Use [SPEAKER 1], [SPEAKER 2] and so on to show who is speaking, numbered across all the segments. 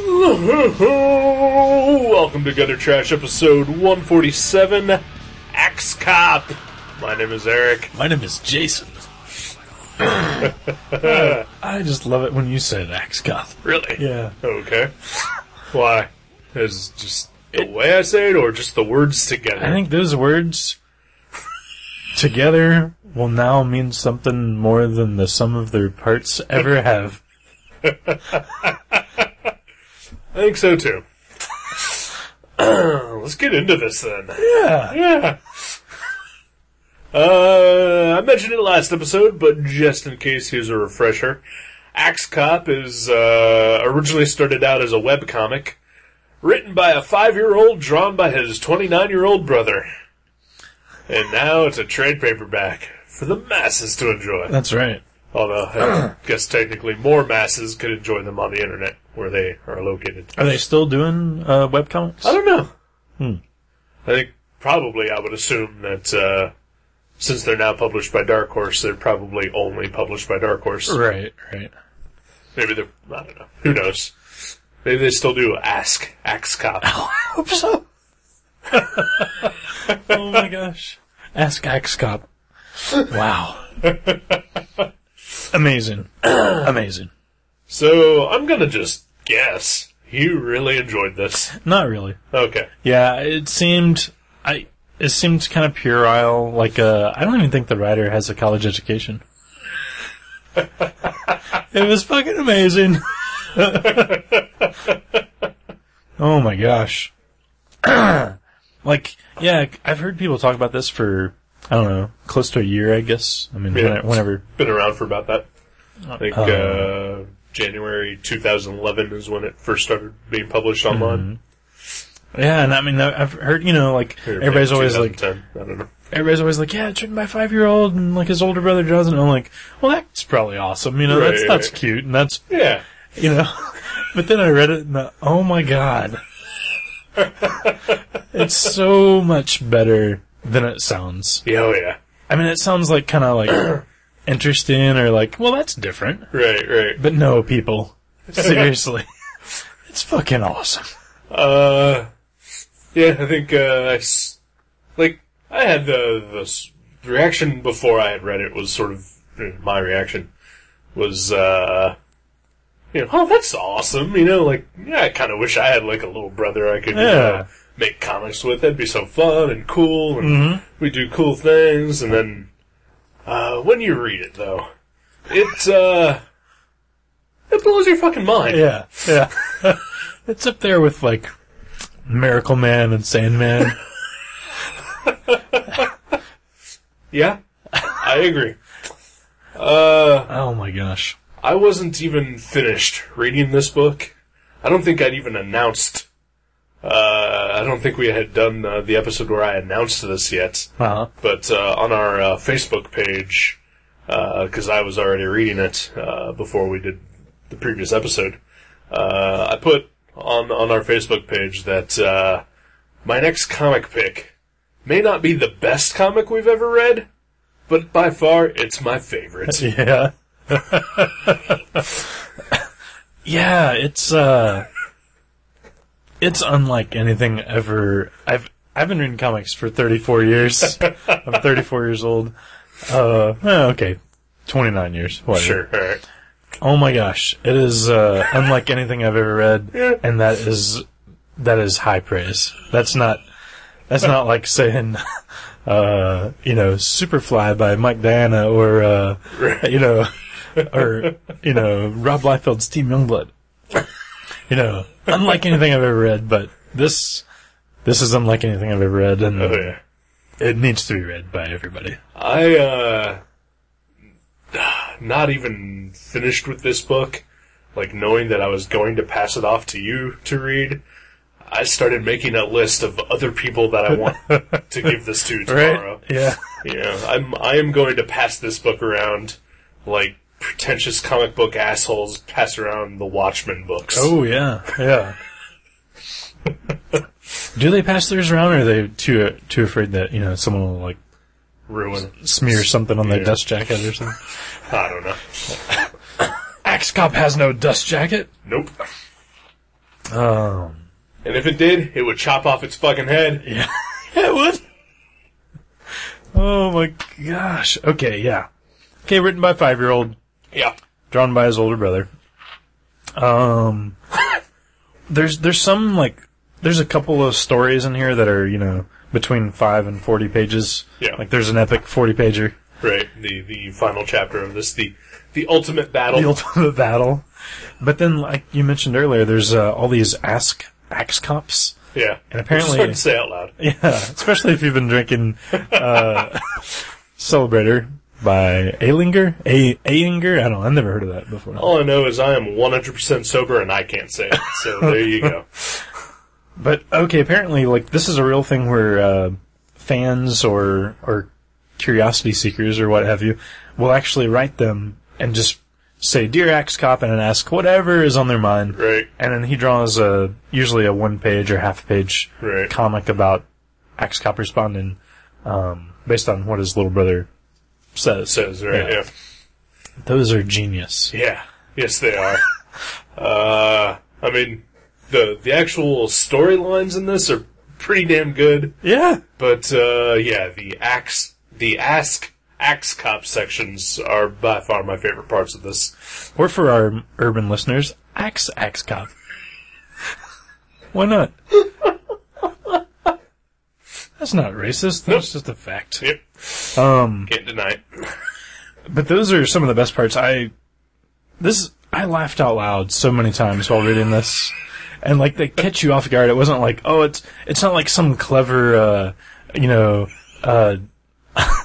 [SPEAKER 1] Ho ho! Welcome to Gutter Trash episode 147 Axe Cop. My name is Eric.
[SPEAKER 2] My name is Jason. I just love it when you say it, Axe Cop.
[SPEAKER 1] Really?
[SPEAKER 2] Yeah.
[SPEAKER 1] Okay. Why? Is just the way I say it or just the words together?
[SPEAKER 2] I think those words together will now mean something more than the sum of their parts ever have.
[SPEAKER 1] I think so too. Let's get into this then.
[SPEAKER 2] Yeah.
[SPEAKER 1] Yeah. Uh, I mentioned it last episode, but just in case, here's a refresher. Axe Cop is uh, originally started out as a webcomic, written by a five-year-old, drawn by his 29-year-old brother. And now it's a trade paperback for the masses to enjoy.
[SPEAKER 2] That's right.
[SPEAKER 1] Although, I guess technically more masses could enjoy them on the internet, where they are located.
[SPEAKER 2] Are they still doing uh, webcomics?
[SPEAKER 1] I don't know.
[SPEAKER 2] Hmm.
[SPEAKER 1] I think probably I would assume that uh, since they're now published by Dark Horse, they're probably only published by Dark Horse.
[SPEAKER 2] Right, right.
[SPEAKER 1] Maybe they're I don't know. Who knows? Maybe they still do Ask Axe Cop.
[SPEAKER 2] I hope so. oh my gosh. Ask Axe Cop. Wow. Amazing. Amazing.
[SPEAKER 1] so I'm gonna just guess you really enjoyed this.
[SPEAKER 2] Not really.
[SPEAKER 1] Okay.
[SPEAKER 2] Yeah, it seemed I it seemed kind of puerile. Like uh, I don't even think the writer has a college education. it was fucking amazing. oh my gosh! like yeah, I've heard people talk about this for I don't know close to a year, I guess. I mean,
[SPEAKER 1] Yeah.
[SPEAKER 2] whenever, whenever
[SPEAKER 1] Been around for about that. I think uh, January 2011 is when it first started being published
[SPEAKER 2] Mm-hmm.
[SPEAKER 1] online.
[SPEAKER 2] yeah, and I mean I- I've heard you know like
[SPEAKER 1] Or maybe
[SPEAKER 2] everybody's always like
[SPEAKER 1] 2010. I don't know.
[SPEAKER 2] everybody's always like, yeah, it's written by a five year old, and like his older brother does, and I'm like, well, that's probably awesome, you know, that's
[SPEAKER 1] Right.
[SPEAKER 2] that's cute, and that's
[SPEAKER 1] Yeah.
[SPEAKER 2] you know. but then I read it, and I- oh my god, it's so much better than it sounds.
[SPEAKER 1] Yeah. Oh yeah.
[SPEAKER 2] I mean, it sounds like kind of like interesting or like, well, that's different,
[SPEAKER 1] Right. Right.
[SPEAKER 2] but no, people, seriously, it's fucking awesome.
[SPEAKER 1] Uh, yeah, I think uh, I s- like I had the the s- reaction before I had read it was sort of you know, my reaction was uh, you know, oh that's awesome, you know, like yeah, I kind of wish I had like a little brother I could you
[SPEAKER 2] Yeah.
[SPEAKER 1] know, make comics with. That'd be so fun and cool, and
[SPEAKER 2] Mm-hmm.
[SPEAKER 1] we do cool things. And then uh, when you read it though, it uh, it blows your fucking mind.
[SPEAKER 2] Yeah, yeah. it's up there with like Miracle Man and Sandman.
[SPEAKER 1] Yeah, I agree. Uh,
[SPEAKER 2] oh my gosh.
[SPEAKER 1] I wasn't even finished reading this book. I don't think I'd even announced. Uh, I don't think we had done uh, the episode where I announced this yet.
[SPEAKER 2] Uh-huh.
[SPEAKER 1] But uh, on our uh, Facebook page, because I was already reading it uh, before we did the previous episode, uh, I put on on our Facebook page that uh, my next comic pick may not be the best comic we've ever read, but by far it's my favorite.
[SPEAKER 2] Yeah. yeah, it's uh it's unlike anything ever I've I've been reading comics for 34 years. I'm 34 years old. Uh eh, okay. 29 years. Whatever.
[SPEAKER 1] Sure. All right.
[SPEAKER 2] Oh my gosh. It is uh unlike anything I've ever read
[SPEAKER 1] Yeah.
[SPEAKER 2] and that is that is high praise. That's not that's not like saying uh you know Superfly by Mike Diana or uh you know or you know Rob Liefeld's Team Youngblood. You know, unlike anything I've ever read, but this this is unlike anything I've ever read and
[SPEAKER 1] Oh yeah.
[SPEAKER 2] it needs to be read by everybody.
[SPEAKER 1] I uh not even finished with this book, like knowing that I was going to pass it off to you to read. I started making a list of other people that I want to give this to tomorrow.
[SPEAKER 2] Yeah.
[SPEAKER 1] You know, I'm I am going to pass this book around like pretentious comic book assholes pass around the Watchmen books.
[SPEAKER 2] Oh yeah, yeah. Do they pass theirs around, or are they too too afraid that you know someone will like
[SPEAKER 1] ruin. it.
[SPEAKER 2] smear something on their
[SPEAKER 1] Yeah.
[SPEAKER 2] dust jacket or something?
[SPEAKER 1] I don't know.
[SPEAKER 2] Axe cop has no dust jacket.
[SPEAKER 1] Nope.
[SPEAKER 2] Um,
[SPEAKER 1] And if it did, it would chop off its fucking head.
[SPEAKER 2] yeah.
[SPEAKER 1] Yeah, it would.
[SPEAKER 2] Oh my gosh. Okay, yeah. Okay, written by five year old,
[SPEAKER 1] Yeah.
[SPEAKER 2] drawn by his older brother. Um, there's there's some like there's a couple of stories in here that are you know between five and forty pages.
[SPEAKER 1] Yeah.
[SPEAKER 2] Like there's an epic forty pager,
[SPEAKER 1] Right. The the final chapter of this, the the ultimate battle.
[SPEAKER 2] the ultimate battle. But then, like you mentioned earlier, there's uh, all these ask axe cops.
[SPEAKER 1] yeah.
[SPEAKER 2] And apparently-
[SPEAKER 1] It's hard to say out loud.
[SPEAKER 2] Yeah, especially if you've been drinking uh, Celebrator by Alinger. A Alinger. I don't. I've never heard of that before.
[SPEAKER 1] All I know is I am 100% sober and I can't say it. So there you go.
[SPEAKER 2] But okay, apparently, like this is a real thing where uh, fans or or curiosity seekers or what have you will actually write them and just say "Dear Axe Cop" and ask whatever is on their mind.
[SPEAKER 1] Right.
[SPEAKER 2] And then he draws a usually a one page or half page
[SPEAKER 1] Right.
[SPEAKER 2] comic about Axe Cop responding um, based on what his little brother says.
[SPEAKER 1] Says, right.
[SPEAKER 2] Yeah.
[SPEAKER 1] yeah.
[SPEAKER 2] Those are genius.
[SPEAKER 1] Yeah. Yes, they are. uh, I mean, the the actual storylines in this are pretty damn good,
[SPEAKER 2] Yeah.
[SPEAKER 1] but uh, yeah, the axe, the ask axe cop sections are by far my favorite parts of this.
[SPEAKER 2] Or for our urban listeners, Axe Axe Cop. Why not? That's not racist. That's just a fact.
[SPEAKER 1] Yep,
[SPEAKER 2] Um,
[SPEAKER 1] can't deny it.
[SPEAKER 2] but those are some of the best parts. I this I laughed out loud so many times while reading this, and like they catch you off guard. It wasn't like oh, it's it's not like some clever uh, you know uh,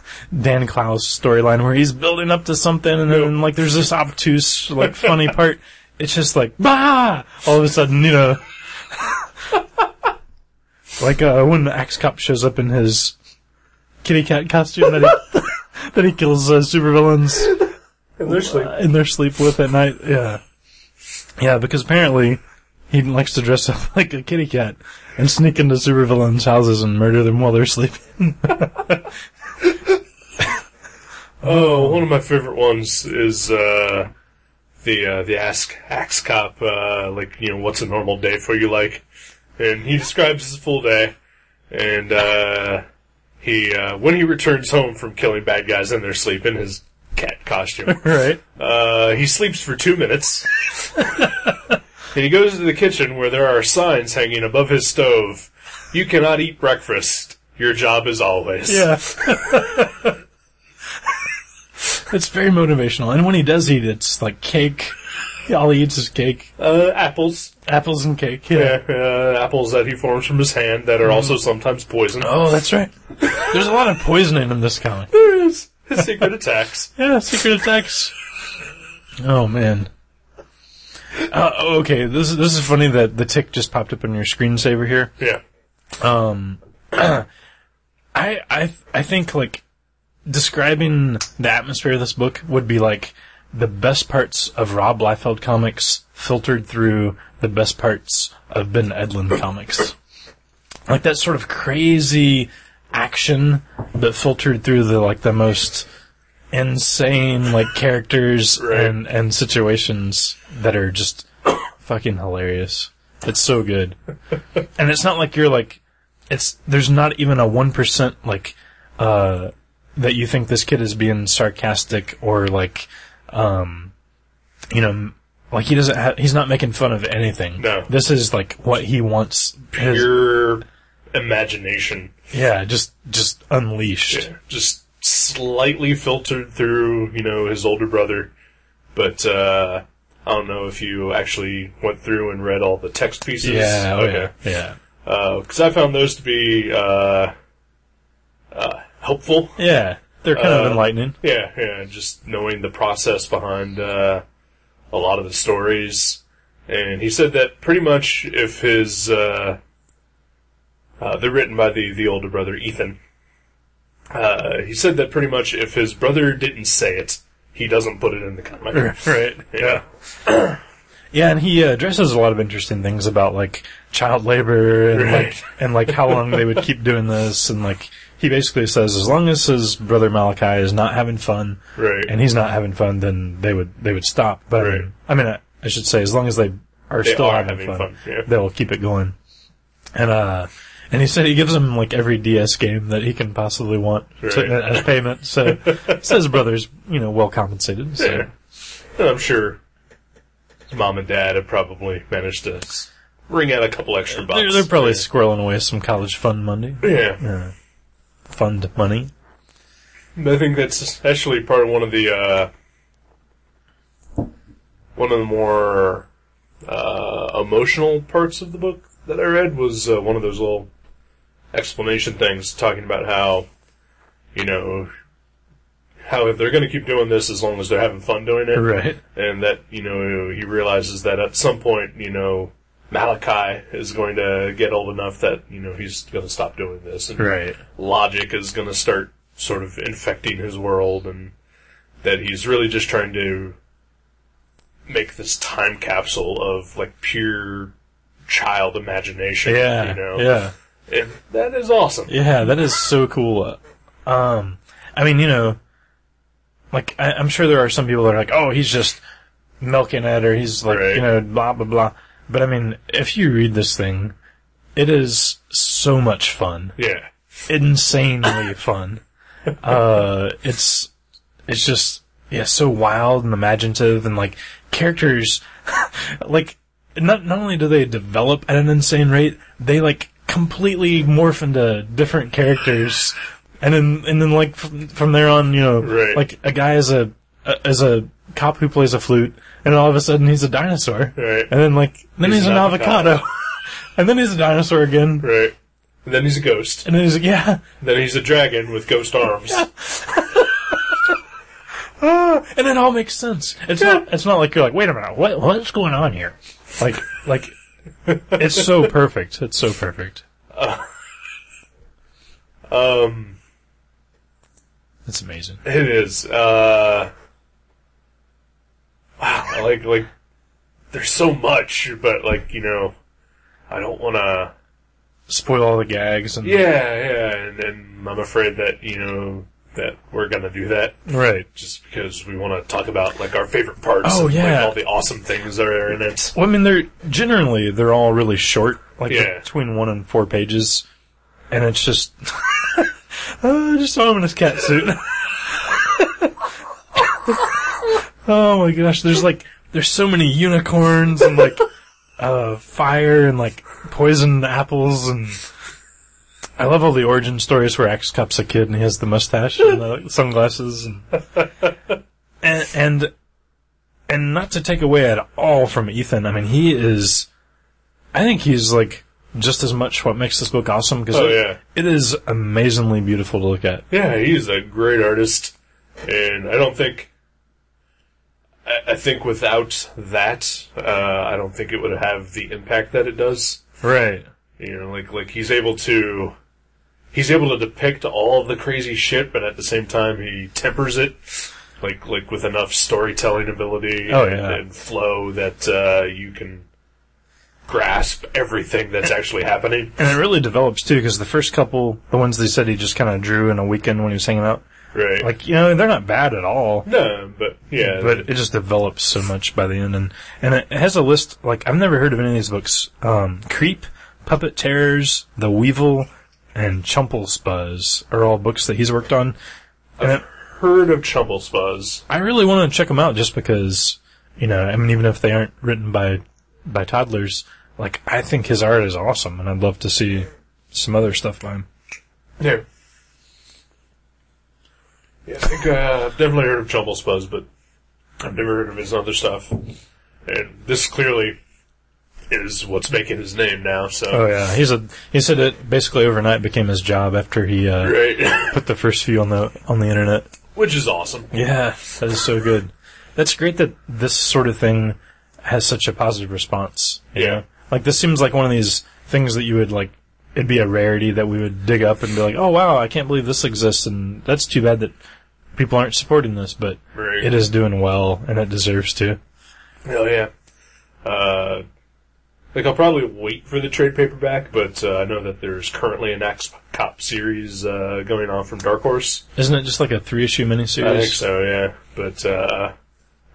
[SPEAKER 2] Dan Klaus storyline where he's building up to something and then like there's this obtuse like funny part. It's just like bah! All of a sudden, you know. Like uh, when Axe Cop shows up in his kitty cat costume that he, that he kills uh, supervillains uh, in their sleep with at night. Yeah, yeah, because apparently he likes to dress up like a kitty cat and sneak into supervillains' houses and murder them while they're sleeping.
[SPEAKER 1] Oh, one of my favorite ones is uh, the uh, the ask axe cop. Uh, like, you know, what's a normal day for you like? And he describes his full day, and uh, he uh, when he returns home from killing bad guys in their sleep in his cat costume,
[SPEAKER 2] right?
[SPEAKER 1] uh, he sleeps for two minutes. and he goes to the kitchen where there are signs hanging above his stove. You cannot eat breakfast. Your job is always.
[SPEAKER 2] Yeah. it's very motivational, and when he does eat, it's like cake. All he eats is cake,
[SPEAKER 1] Uh, apples.
[SPEAKER 2] apples and cake. Yeah.
[SPEAKER 1] Yeah, uh, apples that he forms from his hand that are also sometimes poisoned.
[SPEAKER 2] Oh, that's right. There's a lot of poisoning in this comic.
[SPEAKER 1] There is his secret attacks.
[SPEAKER 2] Yeah, secret attacks. Oh man. Uh, oh, okay, this is this is funny that the tick just popped up on your screensaver here.
[SPEAKER 1] Yeah,
[SPEAKER 2] I I I think like describing the atmosphere of this book would be like the best parts of Rob Liefeld comics filtered through the best parts of Ben Edlund comics. Like that sort of crazy action but filtered through the like the most insane like characters
[SPEAKER 1] Right.
[SPEAKER 2] and and situations that are just fucking hilarious. It's so good. and it's not like you're like it's there's not even a one percent like uh that you think this kid is being sarcastic or like um you know m- like he doesn't ha- he's not making fun of anything.
[SPEAKER 1] No.
[SPEAKER 2] This is like what he wants his-
[SPEAKER 1] your imagination
[SPEAKER 2] yeah, just just unleashed.
[SPEAKER 1] yeah, just slightly filtered through, you know, his older brother. But uh, I don't know if you actually went through and read all the text pieces.
[SPEAKER 2] Yeah, oh,
[SPEAKER 1] okay.
[SPEAKER 2] yeah. Yeah.
[SPEAKER 1] Because I found those to be uh, uh, helpful.
[SPEAKER 2] Yeah. They're kind
[SPEAKER 1] Uh,
[SPEAKER 2] of enlightening.
[SPEAKER 1] Yeah, yeah, just knowing the process behind uh, a lot of the stories. And he said that pretty much if his uh, uh, they're written by the the older brother Ethan. Uh, he said that pretty much if his brother didn't say it, he doesn't put it in the comic.
[SPEAKER 2] right.
[SPEAKER 1] yeah,
[SPEAKER 2] Yeah, and he uh, addresses a lot of interesting things about like child labor and like
[SPEAKER 1] Right.
[SPEAKER 2] and like how long they would keep doing this, and like he basically says as long as his brother Malachi is not having fun,
[SPEAKER 1] Right.
[SPEAKER 2] and he's not having fun, then they would they would stop. But um,
[SPEAKER 1] Right.
[SPEAKER 2] I mean, I, I should say as long as they are
[SPEAKER 1] They
[SPEAKER 2] still
[SPEAKER 1] are
[SPEAKER 2] having,
[SPEAKER 1] having
[SPEAKER 2] fun.
[SPEAKER 1] fun, yeah.
[SPEAKER 2] They'll keep it going. And uh, and he said he gives them like every DS game that he can possibly want
[SPEAKER 1] Right.
[SPEAKER 2] to, uh, as payment. So so his brother's you know well compensated. So.
[SPEAKER 1] Yeah. And I'm sure mom and dad have probably managed to s- wring out a couple extra bucks.
[SPEAKER 2] They're, they're probably squirreling away some college fund money.
[SPEAKER 1] yeah.
[SPEAKER 2] Uh, fund money.
[SPEAKER 1] I think that's actually part of one of the uh, one of the more uh, emotional parts of the book that I read was uh, one of those little explanation things talking about how you know how if they're going to keep doing this as long as they're having fun doing it,
[SPEAKER 2] Right.
[SPEAKER 1] and that you know he realizes that at some point you know Malachi is going to get old enough that you know he's going to stop doing this, and
[SPEAKER 2] Right.
[SPEAKER 1] logic is going to start sort of infecting his world and that he's really just trying to make this time capsule of like pure child imagination
[SPEAKER 2] Yeah.
[SPEAKER 1] you know
[SPEAKER 2] Yeah.
[SPEAKER 1] and that is awesome
[SPEAKER 2] Yeah, that is so cool. Um, I mean, you know, like I, I'm sure there are some people that are like, "Oh, he's just milking it," or he's like,
[SPEAKER 1] Right.
[SPEAKER 2] you know, blah blah blah. But I mean, if you read this thing, it is so much fun,
[SPEAKER 1] yeah
[SPEAKER 2] insanely fun. Uh, it's it's just yeah, so wild and imaginative, and like characters, like not not only do they develop at an insane rate, they like completely morph into different characters, and then and then like from, from there on, you know,
[SPEAKER 1] Right.
[SPEAKER 2] like a guy is a, a is a cop who plays a flute, and all of a sudden he's a dinosaur,
[SPEAKER 1] Right.
[SPEAKER 2] and then like then he's,
[SPEAKER 1] He's
[SPEAKER 2] an,
[SPEAKER 1] an
[SPEAKER 2] avocado, and then he's a dinosaur again.
[SPEAKER 1] right and then he's a ghost
[SPEAKER 2] And then he's like, yeah,
[SPEAKER 1] then he's a dragon with ghost arms
[SPEAKER 2] Ah, and it all makes sense. It's not. It's not like you're like, wait a minute, what what's going on here? Like, like, it's so perfect. It's so perfect.
[SPEAKER 1] Uh, um
[SPEAKER 2] It's amazing.
[SPEAKER 1] it is uh wow like like there's so much but like you know i don't want to
[SPEAKER 2] Spoil all the gags and
[SPEAKER 1] Yeah, yeah, and, and I'm afraid that you know that we're gonna do that
[SPEAKER 2] right.
[SPEAKER 1] just because we want to talk about like our favorite parts.
[SPEAKER 2] Oh,
[SPEAKER 1] and,
[SPEAKER 2] yeah.
[SPEAKER 1] like, all the awesome things that are in it.
[SPEAKER 2] Well, I mean, they're generally they're all really short, like
[SPEAKER 1] Yeah.
[SPEAKER 2] between one and four pages, and it's just oh, just saw him in his cat suit. oh my gosh, there's like there's so many unicorns and like uh, fire and like poisoned apples and. I love all the origin stories where Axe Cup's a kid and he has the mustache and the sunglasses and and and and not to take away at all from Ethan. I mean, he is. I think he's like just as much what makes this book awesome because
[SPEAKER 1] Oh, yeah.
[SPEAKER 2] it is amazingly beautiful to look at.
[SPEAKER 1] Yeah, he's a great artist, and I don't think. I, I think without that, uh, I don't think it would have the impact that it does.
[SPEAKER 2] Right.
[SPEAKER 1] You know, like like he's able to. He's able to depict all of the crazy shit, but at the same time, he tempers it, like like with enough storytelling ability
[SPEAKER 2] Oh,
[SPEAKER 1] and,
[SPEAKER 2] yeah.
[SPEAKER 1] and flow that uh, you can grasp everything that's actually happening.
[SPEAKER 2] And it really develops too because the first couple, the ones they said he just kind of drew in a weekend when he was hanging out,
[SPEAKER 1] Right?
[SPEAKER 2] like you know, they're not bad at all.
[SPEAKER 1] no, but yeah,
[SPEAKER 2] but it just develops so much by the end, and and it has a list like I've never heard of any of these books: um, Creep, Puppet Terrors, The Weevil, and Chumple Spuzz are all books that he's worked on. And it,
[SPEAKER 1] heard of Chumble Spuzz?
[SPEAKER 2] I really want to check them out just because you know, I mean, even if they aren't written by by toddlers, like I think his art is awesome, and I'd love to see some other stuff by him.
[SPEAKER 1] Yeah. Yeah, I think uh, I've definitely heard of Chumble Spuzz, but I've never heard of his other stuff. And this clearly is what's making his name now. So
[SPEAKER 2] Oh yeah, he's a he said it basically overnight became his job after he uh,
[SPEAKER 1] right,
[SPEAKER 2] put the first few on the on the internet.
[SPEAKER 1] which is awesome.
[SPEAKER 2] Yeah, that is so good. That's great that this sort of thing has such a positive response. you
[SPEAKER 1] Yeah.
[SPEAKER 2] know? Like this seems like one of these things that you would like it'd be a rarity that we would dig up and be like, "Oh wow, I can't believe this exists and that's too bad that people aren't supporting this, but
[SPEAKER 1] Right.
[SPEAKER 2] it is doing well and it deserves to."
[SPEAKER 1] Oh yeah. Uh, like I'll probably wait for the trade paperback, but uh, I know that there's currently an Axe Cop series uh, going on from Dark Horse.
[SPEAKER 2] Isn't it just like a 3-issue miniseries?
[SPEAKER 1] I think so, yeah. But uh,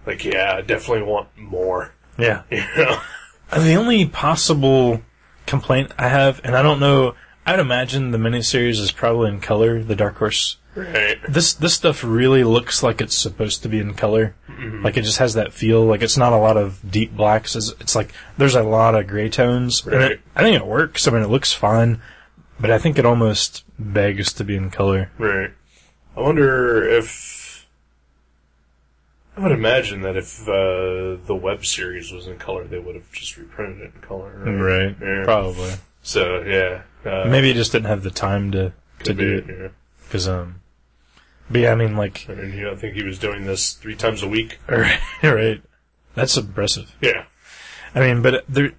[SPEAKER 1] like, yeah, I definitely want more.
[SPEAKER 2] Yeah.
[SPEAKER 1] You know?
[SPEAKER 2] The only possible complaint I have, and I don't know, I'd imagine the miniseries is probably in color, the Dark Horse.
[SPEAKER 1] Right.
[SPEAKER 2] This this stuff really looks like it's supposed to be in color.
[SPEAKER 1] Mm-hmm.
[SPEAKER 2] Like it just has that feel. Like it's not a lot of deep blacks. It's, it's like there's a lot of gray tones. And it-
[SPEAKER 1] Right.
[SPEAKER 2] I think it works. I mean, it looks fine, but I think it almost begs to be in color.
[SPEAKER 1] Right. I wonder if I would imagine that if uh, the web series was in color, they would have just reprinted it in color. Yeah.
[SPEAKER 2] Probably.
[SPEAKER 1] So yeah. Uh,
[SPEAKER 2] Maybe it just didn't have the time to to
[SPEAKER 1] could
[SPEAKER 2] do it.
[SPEAKER 1] be, Yeah.
[SPEAKER 2] Because, um, but yeah, I mean, like,
[SPEAKER 1] I mean, you know, I think he was doing this three times a week.
[SPEAKER 2] right, right. That's impressive.
[SPEAKER 1] Yeah.
[SPEAKER 2] I mean, but there,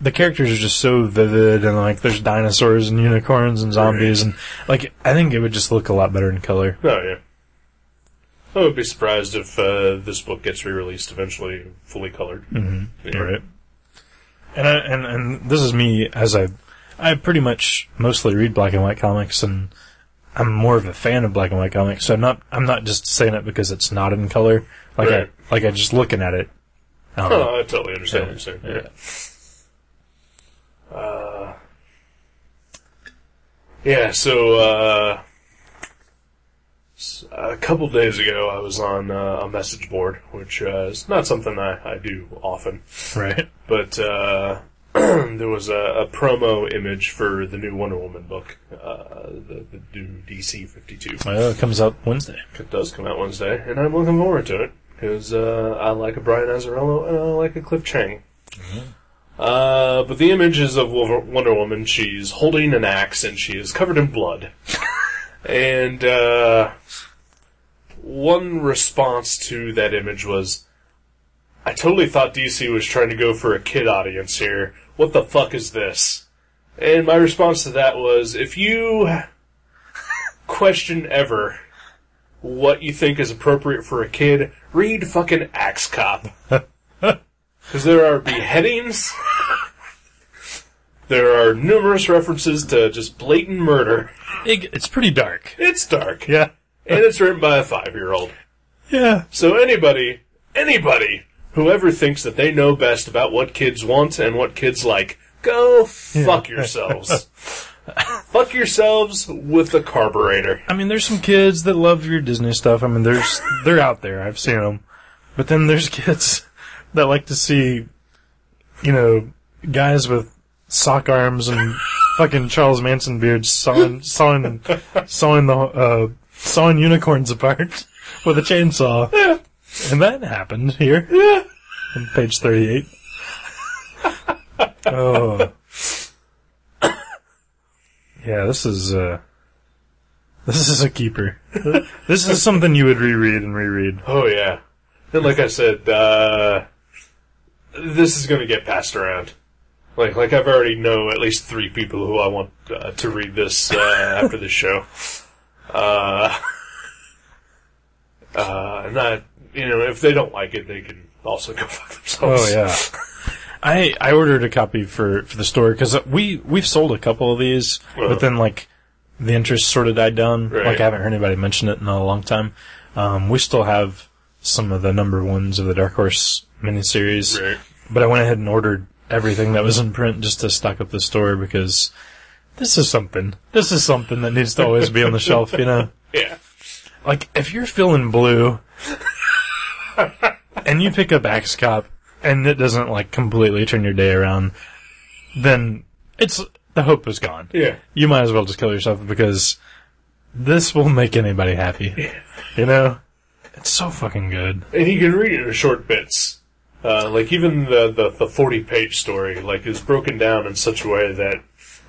[SPEAKER 2] the characters are just so vivid and like there's dinosaurs and unicorns and zombies and like, I think it would just look a lot better in color.
[SPEAKER 1] Oh yeah. I would be surprised if uh, this book gets re-released eventually, fully colored.
[SPEAKER 2] Mm-hmm.
[SPEAKER 1] Yeah.
[SPEAKER 2] Right. And I, and, and this is me as I, I pretty much mostly read black and white comics and I'm more of a fan of black and white comics. So I'm not, I'm not just saying it because it's not in color. Like
[SPEAKER 1] Right.
[SPEAKER 2] I, like I just looking at it. I don't know.
[SPEAKER 1] Oh, I totally understand what you're saying. Yeah. Yeah, so uh, s- a couple days ago, I was on uh, a message board, which uh, is not something I, I do often,
[SPEAKER 2] Right.
[SPEAKER 1] but uh, there was a, a promo image for the new Wonder Woman book, uh, the, the new DC 52.
[SPEAKER 2] Well, it comes out Wednesday.
[SPEAKER 1] It does come out Wednesday, and I'm looking forward to it because uh, I like a Brian Azzarello and I like a Cliff Chang. Uh, but the image is of Wolver- Wonder Woman. She's holding an axe and she is covered in blood. and uh, one response to that image was, "I totally thought DC was trying to go for a kid audience here. What the fuck is this?" And my response to that was, "If you question ever." what you think is appropriate for a kid, read fucking Axe Cop. Because there are beheadings. there are numerous references to just blatant murder.
[SPEAKER 2] It, it's pretty dark.
[SPEAKER 1] It's dark.
[SPEAKER 2] Yeah.
[SPEAKER 1] And it's written by a five year old.
[SPEAKER 2] Yeah.
[SPEAKER 1] So anybody, anybody, whoever thinks that they know best about what kids want and what kids like, go fuck yourselves. fuck yourselves with the carburetor.
[SPEAKER 2] I mean, there's some kids that love your Disney stuff. I mean, there's they're out there. I've seen them. But then there's kids that like to see, you know, guys with sock arms and fucking Charles Manson beards sawing sawing sawing the uh, sawing unicorns apart with a chainsaw.
[SPEAKER 1] Yeah.
[SPEAKER 2] And that happened here.
[SPEAKER 1] Yeah.
[SPEAKER 2] on page 38. oh. Yeah, this is, uh, this is a keeper. This is something you would reread and reread.
[SPEAKER 1] Oh yeah, and like I said, uh, this is going to get passed around. Like, like I've already know at least three people who I want uh, to read this uh, after this show. Uh, uh, and I, you know, if they don't like it, they can also go fuck themselves.
[SPEAKER 2] Oh yeah. I, I ordered a copy for, for the store because we, we've sold a couple of these,
[SPEAKER 1] Uh-huh.
[SPEAKER 2] but then like the interest sort of died down.
[SPEAKER 1] Right.
[SPEAKER 2] Like I haven't heard anybody mention it in a long time. Um, we still have some of the number ones of the Dark Horse miniseries.
[SPEAKER 1] Right.
[SPEAKER 2] But I went ahead and ordered everything that was in print just to stock up the store because this is something. This is something that needs to always be on the shelf, you know?
[SPEAKER 1] Yeah.
[SPEAKER 2] Like, if you're feeling blue and you pick up Axe Cop and it doesn't, like, completely turn your day around, then it's, the hope is gone.
[SPEAKER 1] Yeah.
[SPEAKER 2] You might as well just kill yourself because this will make anybody happy. You know? It's so fucking good.
[SPEAKER 1] And you can read it in short bits. Uh, like even the, the, the 40 page story, like is broken down in such a way that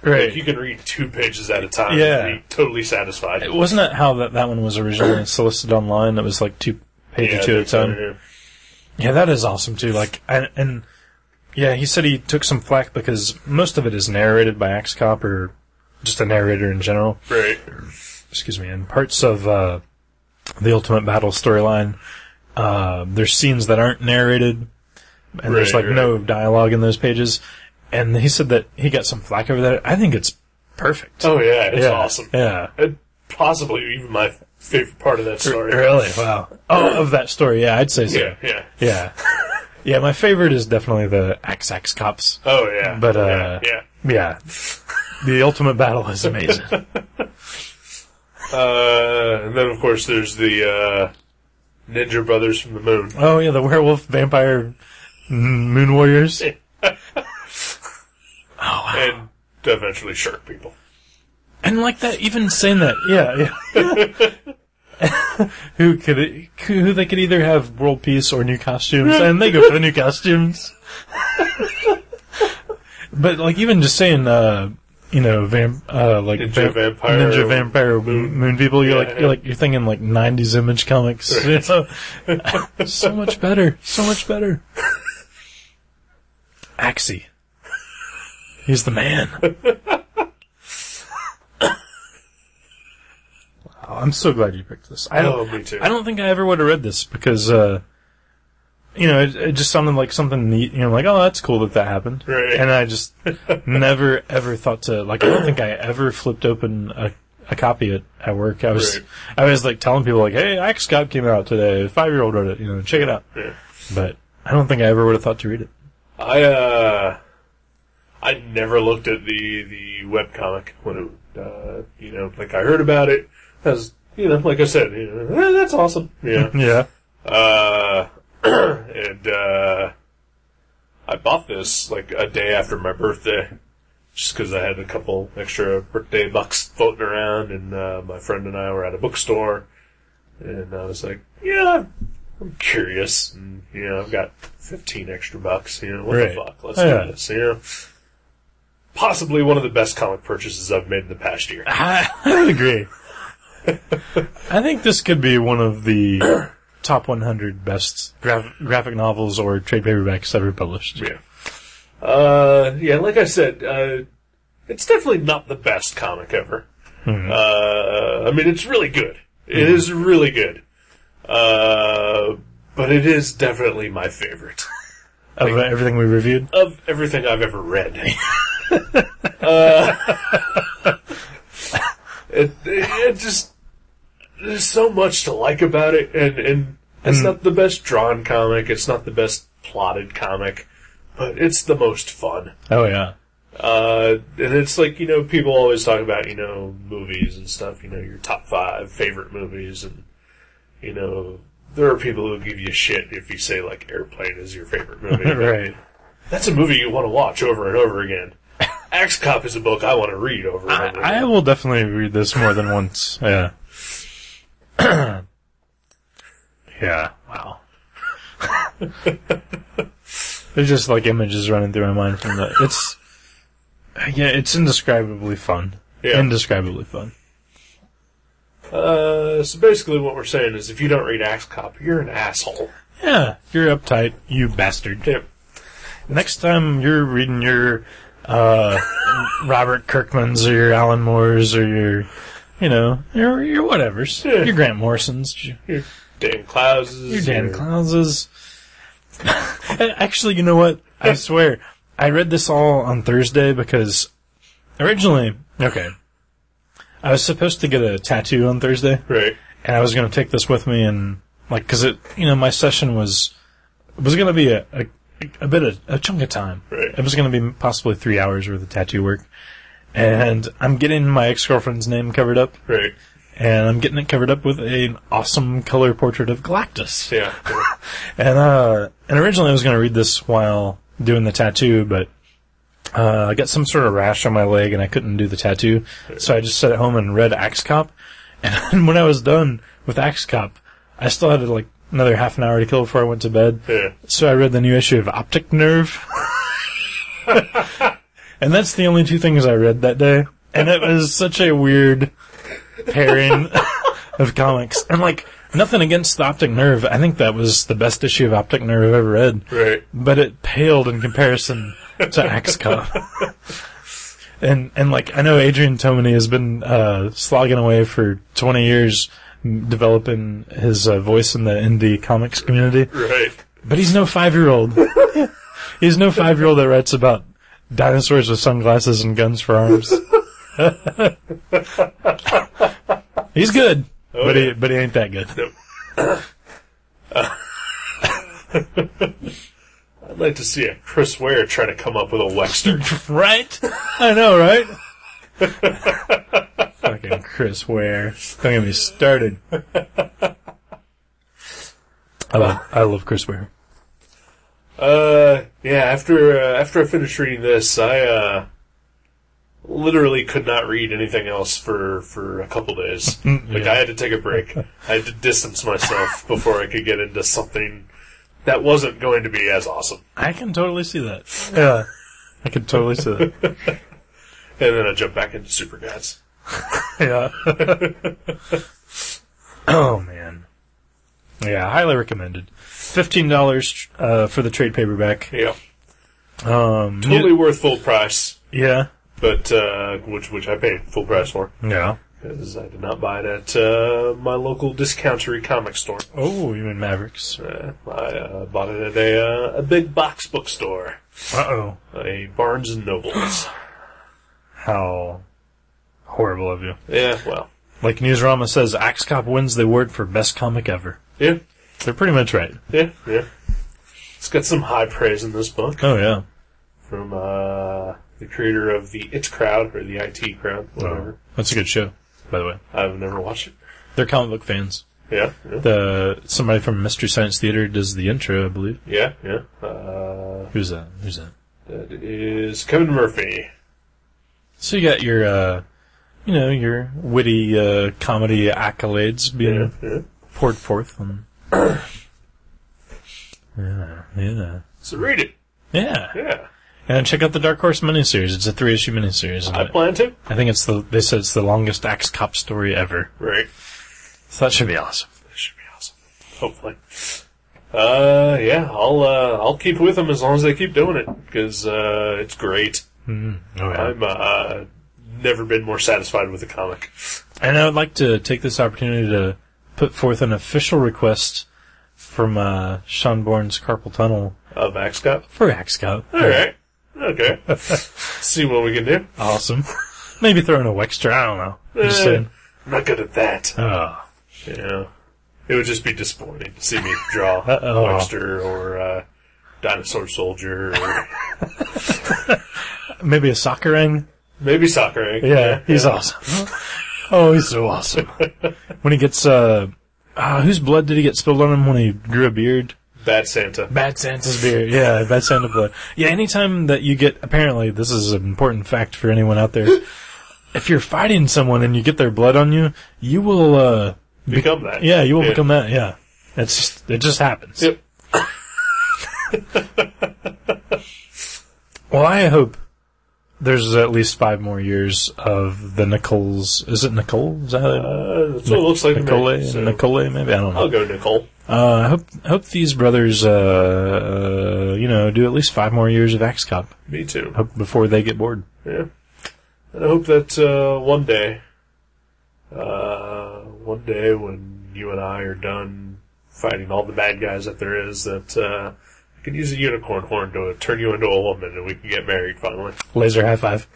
[SPEAKER 2] Right.
[SPEAKER 1] like, you can read two pages at a time
[SPEAKER 2] Yeah.
[SPEAKER 1] and be totally satisfied.
[SPEAKER 2] Wasn't that how that, that one was originally solicited online? That was like two pages
[SPEAKER 1] Yeah,
[SPEAKER 2] two
[SPEAKER 1] I
[SPEAKER 2] at a
[SPEAKER 1] think so,
[SPEAKER 2] time. Yeah, that is awesome too. Like, and, and yeah, he said he took some flack because most of it is narrated by Axe Cop or just a narrator in general.
[SPEAKER 1] yeah. Right.
[SPEAKER 2] Excuse me. And parts of uh, the Ultimate Battle storyline, uh, there's scenes that aren't narrated, and there's
[SPEAKER 1] Right,
[SPEAKER 2] like
[SPEAKER 1] right.
[SPEAKER 2] no dialogue in those pages. And he said that he got some flack over that. I think it's perfect.
[SPEAKER 1] Oh yeah, it's
[SPEAKER 2] yeah,
[SPEAKER 1] awesome.
[SPEAKER 2] Yeah.
[SPEAKER 1] And possibly even my favorite part of that story.
[SPEAKER 2] Really? Wow. Oh, of that story, yeah, I'd say so.
[SPEAKER 1] Yeah, yeah.
[SPEAKER 2] Yeah. Yeah, my favorite is definitely the Axe Cops.
[SPEAKER 1] Oh yeah,
[SPEAKER 2] But, uh,
[SPEAKER 1] yeah.
[SPEAKER 2] Yeah. the ultimate battle is amazing.
[SPEAKER 1] yeah. Uh, and then of course there's the uh, Ninja Brothers from the Moon.
[SPEAKER 2] Oh yeah, the werewolf vampire n- moon warriors.
[SPEAKER 1] Yeah. and eventually shark people.
[SPEAKER 2] And like that, even saying that, yeah, yeah. who could who they could either have world peace or new costumes, and they go for the new costumes. but like even just saying, uh, you know, vamp, uh, like
[SPEAKER 1] Ninja vampire-
[SPEAKER 2] ninja vampire moon, moon people. You're like
[SPEAKER 1] Yeah.
[SPEAKER 2] you're like you're thinking like '90s image comics. you know? so much better, so much better. Axie, he's the man. Oh, I'm so glad you picked this. I
[SPEAKER 1] Oh,
[SPEAKER 2] don't,
[SPEAKER 1] me too.
[SPEAKER 2] I don't think I ever would have read this because, uh, you know, it, it just sounded like something neat. You know, like, oh, that's cool that that happened.
[SPEAKER 1] Right.
[SPEAKER 2] And I just never, ever thought to, like, I don't think I ever flipped open a, a copy at, at work. I was,
[SPEAKER 1] Right.
[SPEAKER 2] I was, like, telling people, like, hey, Axe Cop came out today. Five year old read it. You know, check it out.
[SPEAKER 1] Yeah.
[SPEAKER 2] But I don't think I ever would have thought to read it.
[SPEAKER 1] I uh, I never looked at the the webcomic when it, uh, you know, like I heard about it. As you know, like I said, you know, "Eh, that's awesome. Yeah.
[SPEAKER 2] Yeah.
[SPEAKER 1] uh, and uh, I bought this like a day after my birthday, just because I had a couple extra birthday bucks floating around, and uh, my friend and I were at a bookstore, and I was like, "Yeah, I'm- I'm curious, and you know, I've got 15 extra bucks. You know, what the
[SPEAKER 2] Right.
[SPEAKER 1] fuck? Let's
[SPEAKER 2] Yeah.
[SPEAKER 1] do this. You know." Possibly one of the best comic purchases I've made in the past year.
[SPEAKER 2] I, I would agree. I think this could be one of the top 100 best graph, graphic novels or trade paperbacks ever published.
[SPEAKER 1] Yeah. Uh, yeah, like I said, uh, it's definitely not the best comic ever. Uh, I mean, it's really good. It is really good. Uh, but it is definitely my favorite
[SPEAKER 2] Of uh, everything we reviewed,
[SPEAKER 1] of everything I've ever read. uh, it, it just, there's so much to like about it, and, and it's not the best drawn comic, it's not the best plotted comic, but it's the most fun.
[SPEAKER 2] oh yeah,
[SPEAKER 1] Uh, and it's like, you know, people always talk about, you know, movies and stuff, you know, your top five favorite movies, and, you know, there are people who give you shit if you say, like, Airplane is your favorite movie.
[SPEAKER 2] right.
[SPEAKER 1] That's a movie you want to watch over and over again. Axe Cop is a book I want to read over and over
[SPEAKER 2] I, I
[SPEAKER 1] again.
[SPEAKER 2] will definitely read this more than once. Yeah. yeah. Wow. There's just like images running through my mind from the. It's yeah, it's indescribably fun.
[SPEAKER 1] Yeah.
[SPEAKER 2] Indescribably fun.
[SPEAKER 1] Uh, so basically what we're saying is if you don't read Axe Cop, you're an asshole.
[SPEAKER 2] Yeah, you're uptight, you bastard.
[SPEAKER 1] Yep.
[SPEAKER 2] Next time you're reading your uh, Robert Kirkman's or your Alan Moore's or your, you know, your, your whatever's,
[SPEAKER 1] Yeah.
[SPEAKER 2] your Grant Morrison's, your,
[SPEAKER 1] You're Dan Clowses.
[SPEAKER 2] your Dan Clows's. Actually, you know what? I swear, I read this all on Thursday because originally, okay, I was supposed to get a tattoo on Thursday.
[SPEAKER 1] Right.
[SPEAKER 2] and I was going to take this with me and like because it you know my session was was going to be a, a a bit of a chunk of time.
[SPEAKER 1] Right.
[SPEAKER 2] It was going to be possibly three hours worth of tattoo work, and I'm getting my ex girlfriend's name covered up,
[SPEAKER 1] Right.
[SPEAKER 2] and I'm getting it covered up with an awesome color portrait of Galactus.
[SPEAKER 1] Yeah.
[SPEAKER 2] And uh, and originally I was going to read this while doing the tattoo, but uh, I got some sort of rash on my leg and I couldn't do the tattoo, so I just sat at home and read Axe Cop. And when I was done with Axe Cop, I still had like another half an hour to kill before I went to bed.
[SPEAKER 1] yeah.
[SPEAKER 2] So I read the new issue of Optic Nerve. and that's the only two things I read that day. And it was such a weird pairing of comics. And like, nothing against the Optic Nerve. I think that was the best issue of Optic Nerve I've ever read.
[SPEAKER 1] Right.
[SPEAKER 2] But it paled in comparison to Axe Cop. and, and like, I know Adrian Tomini has been, uh, slogging away for 20 years m- developing his uh, voice in the indie comics community.
[SPEAKER 1] Right.
[SPEAKER 2] But he's no five year old. he's no five year old that writes about dinosaurs with sunglasses and guns for arms. he's good, but he
[SPEAKER 1] yeah.
[SPEAKER 2] but he ain't that good.
[SPEAKER 1] I'd like to see a Chris Ware try to come up with a Wexter.
[SPEAKER 2] Right? I know, right? Fucking Chris Ware. Don't get me started. I love, I love Chris Ware.
[SPEAKER 1] uh, yeah. After uh, after I finished reading this, I uh, literally could not read anything else for for a couple days. like I had to take a break. I had to distance myself before I could get into something that wasn't going to be as awesome.
[SPEAKER 2] I can totally see that. Yeah. I can totally see that.
[SPEAKER 1] And then I jumped back into Super Guys.
[SPEAKER 2] yeah. oh man. Yeah, highly recommended. Fifteen dollars uh, for the trade paperback.
[SPEAKER 1] Yeah,
[SPEAKER 2] Um,
[SPEAKER 1] totally worth full price.
[SPEAKER 2] Yeah.
[SPEAKER 1] But uh, which which I paid full price for
[SPEAKER 2] Yeah.
[SPEAKER 1] because I did not buy it at uh, my local discountery comic store.
[SPEAKER 2] Oh, you mean Mavericks?
[SPEAKER 1] Uh, I uh, bought it at a, uh, a big box bookstore,
[SPEAKER 2] Uh oh.
[SPEAKER 1] a Barnes and Nobles.
[SPEAKER 2] How horrible of you.
[SPEAKER 1] yeah, well,
[SPEAKER 2] Like Newsrama says, Axe Cop wins the award for best comic ever.
[SPEAKER 1] yeah,
[SPEAKER 2] They're pretty much right.
[SPEAKER 1] yeah, yeah. It's got some high praise in this book
[SPEAKER 2] Oh yeah.
[SPEAKER 1] from uh, the creator of the It Crowd or the IT Crowd, whatever.
[SPEAKER 2] That's a good show, by the way.
[SPEAKER 1] I've never watched it.
[SPEAKER 2] They're comic book fans.
[SPEAKER 1] Yeah, yeah,
[SPEAKER 2] The somebody from Mystery Science Theater does the intro, I believe.
[SPEAKER 1] yeah. yeah. Uh,
[SPEAKER 2] Who's that? Who's that?
[SPEAKER 1] that is Kevin Murphy.
[SPEAKER 2] So you got your, uh, you know, your witty uh, comedy accolades being
[SPEAKER 1] Yeah, yeah.
[SPEAKER 2] poured forth. On... yeah, yeah,
[SPEAKER 1] So read it.
[SPEAKER 2] yeah.
[SPEAKER 1] Yeah,
[SPEAKER 2] And check out the Dark Horse miniseries. It's a three-issue miniseries.
[SPEAKER 1] I plan to.
[SPEAKER 2] I think it's the they said it's the longest Axe Cop story ever.
[SPEAKER 1] Right.
[SPEAKER 2] So that should be awesome.
[SPEAKER 1] That should be awesome. Hopefully. Uh, yeah, I'll, uh, I'll keep with them as long as they keep doing it, because, uh, it's great.
[SPEAKER 2] Oh, yeah.
[SPEAKER 1] I'm, uh, never been more satisfied with a comic.
[SPEAKER 2] And I would like to take this opportunity to put forth an official request from uh, Sean Bourne's Carpal Tunnel
[SPEAKER 1] Of Axe Cop.
[SPEAKER 2] for Axe Cop.
[SPEAKER 1] Alright. Okay. See what we can do.
[SPEAKER 2] Awesome. Maybe throw in a Wexter. I don't know. I'm just
[SPEAKER 1] Eh,
[SPEAKER 2] saying.
[SPEAKER 1] I'm not good at that.
[SPEAKER 2] Oh.
[SPEAKER 1] Yeah. It would just be disappointing to see me draw
[SPEAKER 2] Uh-oh.
[SPEAKER 1] Webster or, uh, Dinosaur Soldier or
[SPEAKER 2] Maybe a soccer ring?
[SPEAKER 1] maybe Soccer.
[SPEAKER 2] Yeah, he's awesome. oh, he's so awesome. when he gets, uh, uh, whose blood did he get spilled on him when he grew a beard?
[SPEAKER 1] Bad Santa.
[SPEAKER 2] Bad Santa's beard. Yeah, Bad Santa blood. Yeah, anytime that you get, apparently, this is an important fact for anyone out there. if you're fighting someone and you get their blood on you, you will, uh,
[SPEAKER 1] Become that.
[SPEAKER 2] yeah, you will become that, yeah. It's just, it just happens.
[SPEAKER 1] Yep.
[SPEAKER 2] Well, I hope there's at least five more years of the Nichols. Is it Nicole? Is that how they-
[SPEAKER 1] Uh, that's what it looks like. to me,
[SPEAKER 2] Nicole?
[SPEAKER 1] so-
[SPEAKER 2] Nicole, maybe? I don't know.
[SPEAKER 1] I'll go Nicole.
[SPEAKER 2] Uh, I hope, I hope these brothers, uh, uh, you know, do at least five more years of Axe Cop
[SPEAKER 1] Me too.
[SPEAKER 2] hope before they get bored.
[SPEAKER 1] Yeah. And I hope that uh, one day, uh, one day when you and I are done fighting all the bad guys that there is, that uh, I can use a unicorn horn to turn you into a woman and we can get married finally.
[SPEAKER 2] Laser high five.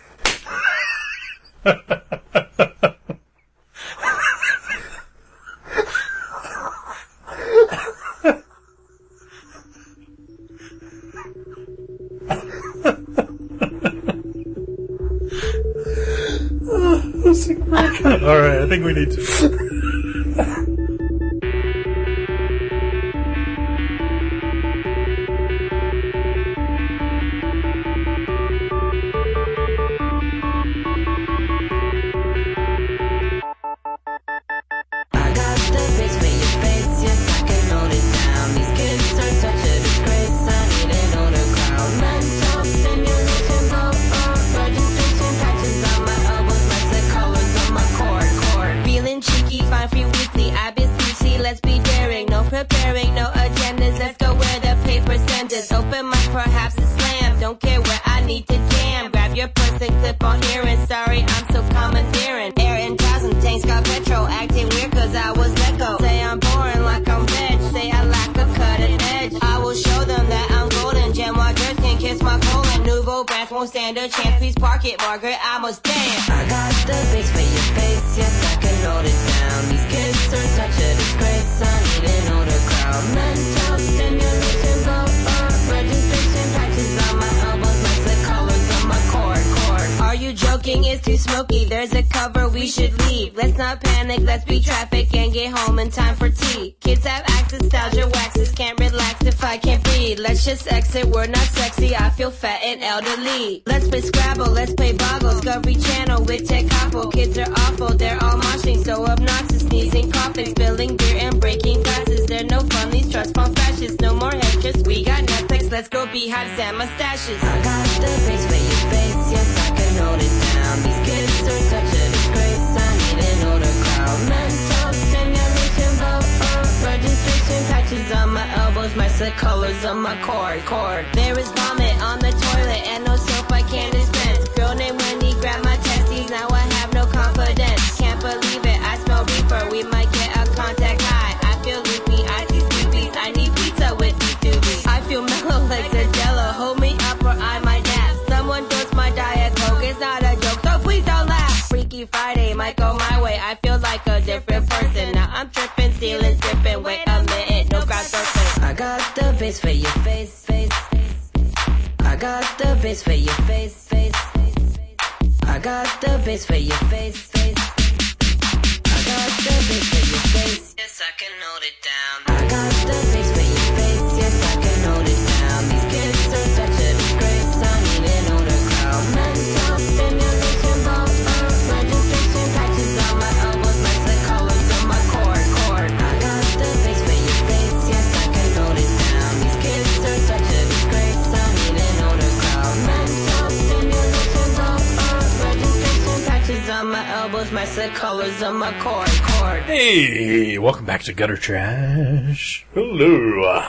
[SPEAKER 2] All right, I think we need to.
[SPEAKER 3] I got the bitch for your face, yes, I e can hold it down. These kids are such a disgrace, I need an older crowd. Men talk, simulation, all for registration. Patches on my elbows, lesser colors on my cord, cord. Feeling cheeky, five free weekly, I've been sleazy, let's be daring. No preparing, no agendas, let's go where the paper sends us. Open mic, perhaps it's slam, don't care where I need to jam. Grab your purse and clip on earrings, sorry, I'm so commandeering. Air and thousand tanks got petrol acting weird cause I was let go. Say I'm boring like I'm red, say I lack a cutting edge. I will show them that I'm golden. Gem watchers can kiss my colon. Nouveau brands won't stand a chance. Please park it, Margaret, I must dance. I got the base for your face, yes, I can hold it down. These kids are such a disgrace, I need an older crowd. Mental stimulation, go for registration. smoky, there's a cover, we should leave. Let's not panic, let's beat traffic and get home in time for tea. Kids have access, nostalgia waxes, can't relax if I can't breathe. Let's just exit, we're not sexy, I feel fat and elderly. Let's play Scrabble, let's play Boggle, Discovery Channel with Ted Koppel. Kids are awful, they're all moshing, so obnoxious, sneezing, coughing, spilling beer and breaking glasses. They're no fun, these trust fund fascists, no more hatreds, we got Netflix, let's grow beehives and mustaches. I got the face for your face, yes I can hold it down. These kids are such a disgrace, I need an older crowd. Mental stimulation, vote for registration patches on my elbows, my sick colors on my cord, cord. There is vomit on the toilet and no soap I can't dispense. Girl named Wendy grabbed my testes, now I have no confidence. Can't believe it, I smell reefer, we might get a contact high. I feel loopy, I see scoopies, I need pizza with these doobies. I feel mellow like Zadella, hold me up or I might nap. Someone dose my Diet Coke, it's not a joke, so please don't laugh. Freaky Friday might go my way, I feel like a different person. Now I'm tripping, ceiling dripping, wait a minute, no crowd surfing. I got the bass for your face, face. I got the bass for your face, face. I got the bass for your face, face. I got the bass for your face. Yes, I can hold it down. I got the bass for your face. Yes, I can hold it down. These kids are such a disgrace. I need an older crowd. Mental stimulation, both for registration patches on my elbows, my slick collars on my cord, cord. I got the bass for your face. Yes, I can hold it down. These kids are such a disgrace. I need an older crowd. Mental stimulation, both for registration patches on my elbows, my slick collars on my cord, cord.
[SPEAKER 2] Hey, welcome back to Gutter Trash.
[SPEAKER 1] Hello.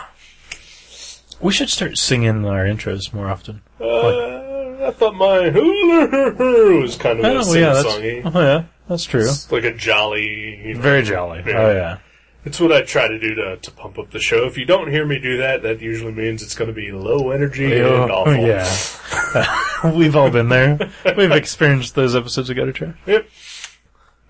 [SPEAKER 2] We should start singing our intros more often.
[SPEAKER 1] Uh, I thought my hello was kind of a
[SPEAKER 2] oh, yeah, that's,
[SPEAKER 1] sing-songy.
[SPEAKER 2] oh, yeah, that's true.
[SPEAKER 1] It's like a jolly.
[SPEAKER 2] Very jolly.
[SPEAKER 1] Yeah.
[SPEAKER 2] Oh, yeah.
[SPEAKER 1] It's what I try to do to, to pump up the show. If you don't hear me do that, that usually means it's going to be low energy
[SPEAKER 2] Oh,
[SPEAKER 1] and awful.
[SPEAKER 2] yeah. We've all been there. We've experienced those episodes of Gutter Trash.
[SPEAKER 1] Yep.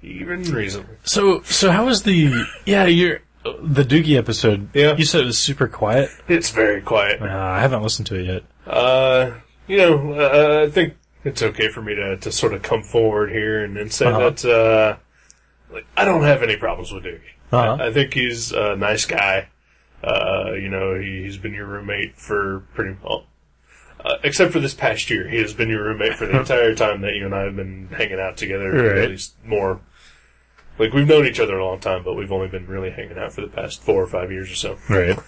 [SPEAKER 1] Even recently.
[SPEAKER 2] So, so how was the, yeah, your, the Doogie episode?
[SPEAKER 1] Yeah.
[SPEAKER 2] You said it was super quiet.
[SPEAKER 1] It's very quiet.
[SPEAKER 2] Uh, I haven't listened to it yet.
[SPEAKER 1] Uh, you know, uh, I think it's okay for me to, to sort of come forward here and, and say
[SPEAKER 2] Uh-huh.
[SPEAKER 1] that, uh, like, I don't have any problems with Doogie.
[SPEAKER 2] Uh-huh.
[SPEAKER 1] I, I think he's a nice guy. Uh, you know, he, he's been your roommate for pretty well, uh, except for this past year. He has been your roommate for the entire time that you and I have been hanging out together, or
[SPEAKER 2] Right.
[SPEAKER 1] at least more. Like, we've known each other a long time, but we've only been really hanging out for the past four or five years or so.
[SPEAKER 2] Right.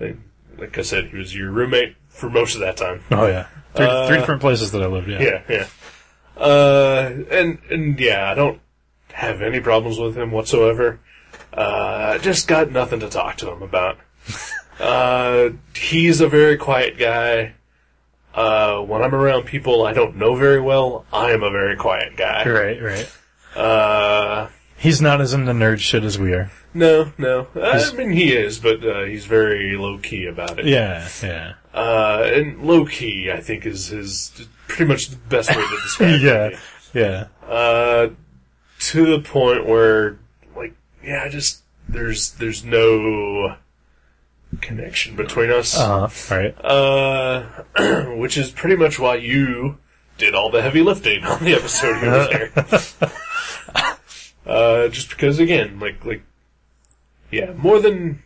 [SPEAKER 1] And Like I said, he was your roommate for most of that time.
[SPEAKER 2] Oh, yeah. Three,
[SPEAKER 1] Uh,
[SPEAKER 2] three different places that I lived, yeah.
[SPEAKER 1] Yeah, yeah. Uh, and and yeah, I don't have any problems with him whatsoever. Uh, I just got nothing to talk to him about. uh, he's a very quiet guy. Uh, when I'm around people I don't know very well, I am a very quiet guy.
[SPEAKER 2] Right, right.
[SPEAKER 1] Uh,
[SPEAKER 2] He's not as into nerd shit as we are.
[SPEAKER 1] no, no. I mean, he is, but uh, he's very low key about it.
[SPEAKER 2] Yeah, yeah.
[SPEAKER 1] Uh, and low key, I think, is his pretty much the best way to describe
[SPEAKER 2] yeah,
[SPEAKER 1] it.
[SPEAKER 2] yeah.
[SPEAKER 1] Uh, to the point where, like, yeah, I just there's there's no connection between us,
[SPEAKER 2] Uh-huh. All right.
[SPEAKER 1] uh, which is pretty much why you did all the heavy lifting on the episode you were there. uh, just because, again, like, like, yeah, more than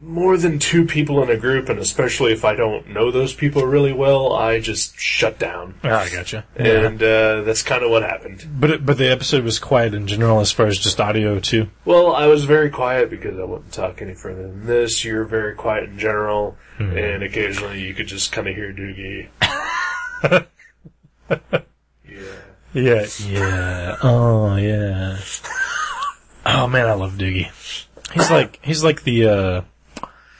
[SPEAKER 1] more than two people in a group, and especially if I don't know those people really well, I just shut down.
[SPEAKER 2] Ah, I gotcha.
[SPEAKER 1] And uh, that's kind of what happened.
[SPEAKER 2] But it, but the episode was quiet in general as far as just audio too.
[SPEAKER 1] Well, I was very quiet because I wouldn't talk any further than this. You're very quiet in general, and occasionally you could just kind of hear Doogie. yeah.
[SPEAKER 2] Yeah. Yeah. Oh yeah. Oh man, I love Doogie. He's like he's like the uh,